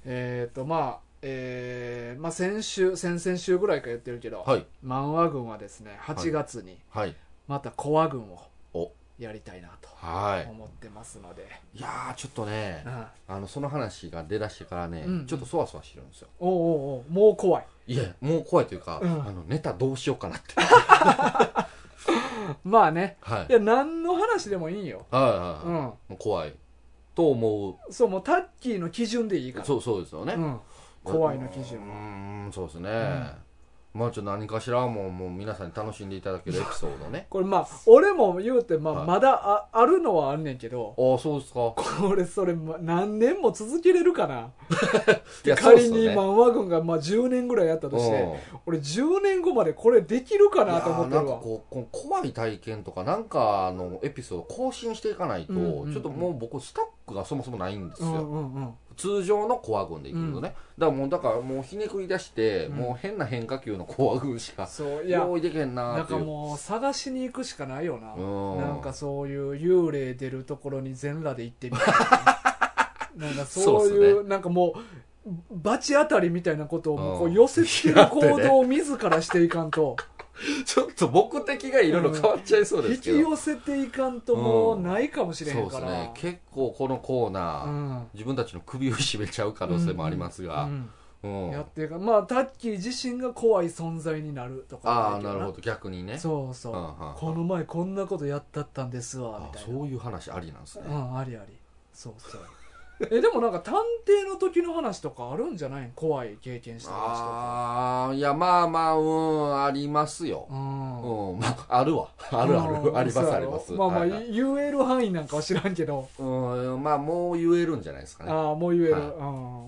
A: えっ、とまあえーまあ、先週先々週ぐらいから言ってるけど、
B: はい
A: 漫画軍はですね8月に
B: はい
A: またコア軍
B: お
A: をやりたいなと
B: はい
A: 思ってますので、
B: いやーちょっとね
A: うん
B: あのその話が出だしてからね、
A: うんうん
B: ちょっとそわそわしてるんですよ
A: おうおうおうもう怖い
B: いやもう怖いというか、
A: うん
B: あのネタどうしようかなって
A: まあね
B: はい
A: いや何の話でもいいよ、
B: はいはい、
A: う
B: はい
A: ん、
B: もう怖いと思う
A: そうもうタッキーの基準でいいから
B: そうそうですよね、
A: うん、怖いの基準
B: う
A: は
B: ーんそうですね、まあちょっと何かしらもうもう皆さんに楽しんでいただけるエピソードね
A: これまあ俺も言うて、ま
B: は
A: あ、
B: い
A: まだあ,、あるのはあんねんけど
B: ああそうですか
A: これそれま何年も続けれるかな、
B: いやそうっ
A: 仮
B: す
A: に
B: よね
A: 漫画軍がまあ10年ぐらいやったとして
B: うん
A: 俺10年後までこれできるかなと思って
B: いやーなん
A: る
B: か
A: わ
B: こうこう怖い体験とかなんかのエピソード更新していかないと、
A: うんうんうん
B: ちょっともう僕スタックがそもそもないんです
A: う
B: よ、
A: んうんうん
B: 通常のコア軍でいくとね、
A: うん
B: だからもうだからもうひねくり出して、
A: うん
B: もう変な変化球のコア軍しか
A: そういや
B: 用意できへんな
A: な
B: ー
A: ん
B: って
A: か
B: いう
A: もう探しに行くしかないよな、
B: うん
A: なんかそういう幽霊出るところに全裸で行ってみたい ななんかそう
B: そうっ
A: い
B: す
A: うなんかもう罰当たりみたいなことをもうこ
B: うん
A: う寄せてる行動を自らしていかんと
B: ちょっと目的がいろいろ変わっちゃいそうで
A: 引
B: すけ
A: き
B: ど、
A: 寄せていかんともうないかもしれへ
B: そうんで
A: か
B: す
A: ら、
B: ね結構このコーナー、
A: うん
B: 自分たちの首を絞めちゃう可能性もありますが、
A: う
B: うん
A: んうんやっていうかまあタッキー自身が怖い存在になるとか
B: ああなるほ
A: ど
B: ど逆にね
A: そうそう、
B: うんうんうん
A: この前こんなことやったったんですわ
B: あ
A: みたいな
B: そういう話ありなんですね、
A: うんありありそうそうえでもなんか探偵の時の話とかあるんじゃないん怖い経験した話とか
B: ああいやまあまあうんありますよ
A: う、ん
B: うんまあ、あ るわあるあ
A: う
B: る
A: ん
B: ありま
A: そう
B: す
A: や
B: あり
A: ろ
B: ます
A: まあまあ、
B: はいはい
A: 言える範囲なんかは知らんけど、
B: うんまあもう言えるんじゃないですかね
A: ああもう言える、
B: はい
A: う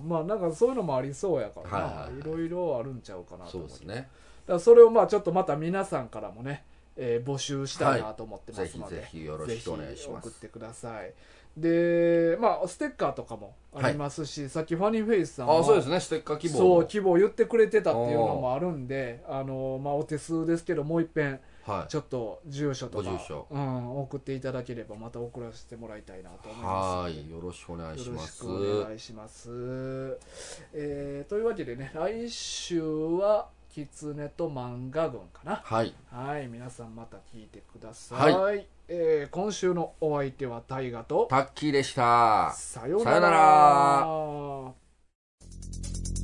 A: ん、まあなんかそういうのもありそうやからな、
B: はいはいいはい
A: ろいろあるんちゃうかなと
B: そう
A: 思っ
B: で
A: て
B: すね
A: だからそれをまあちょっとまた皆さんからもね、えー募集したいなと思ってま
B: ぜ
A: す
B: ひ
A: ので、
B: ぜひよろしくお願いしま
A: ぜひ送っ
B: す
A: てくださいでまあステッカーとかもありますし、さっきファニーフェイスさんも
B: あそうですねステッカー希望
A: そう希望言ってくれてたっていうのもあるんであの、まあ、お手数ですけどもう一遍
B: は
A: ちょっと住所とか
B: ご住所
A: うん、送っていただければまた送らせてもらいたいなと思
B: い
A: いま
B: は
A: す
B: ーいよろしくお願いし
A: よろ
B: ま
A: し
B: す
A: くお願いします、えーというわけでね来週は「キツネと漫画軍」かな
B: はい
A: はい皆さんまた聞いてください、えー今週のお相手は大ガと
B: タッキーでした
A: さよう
B: さような
A: なら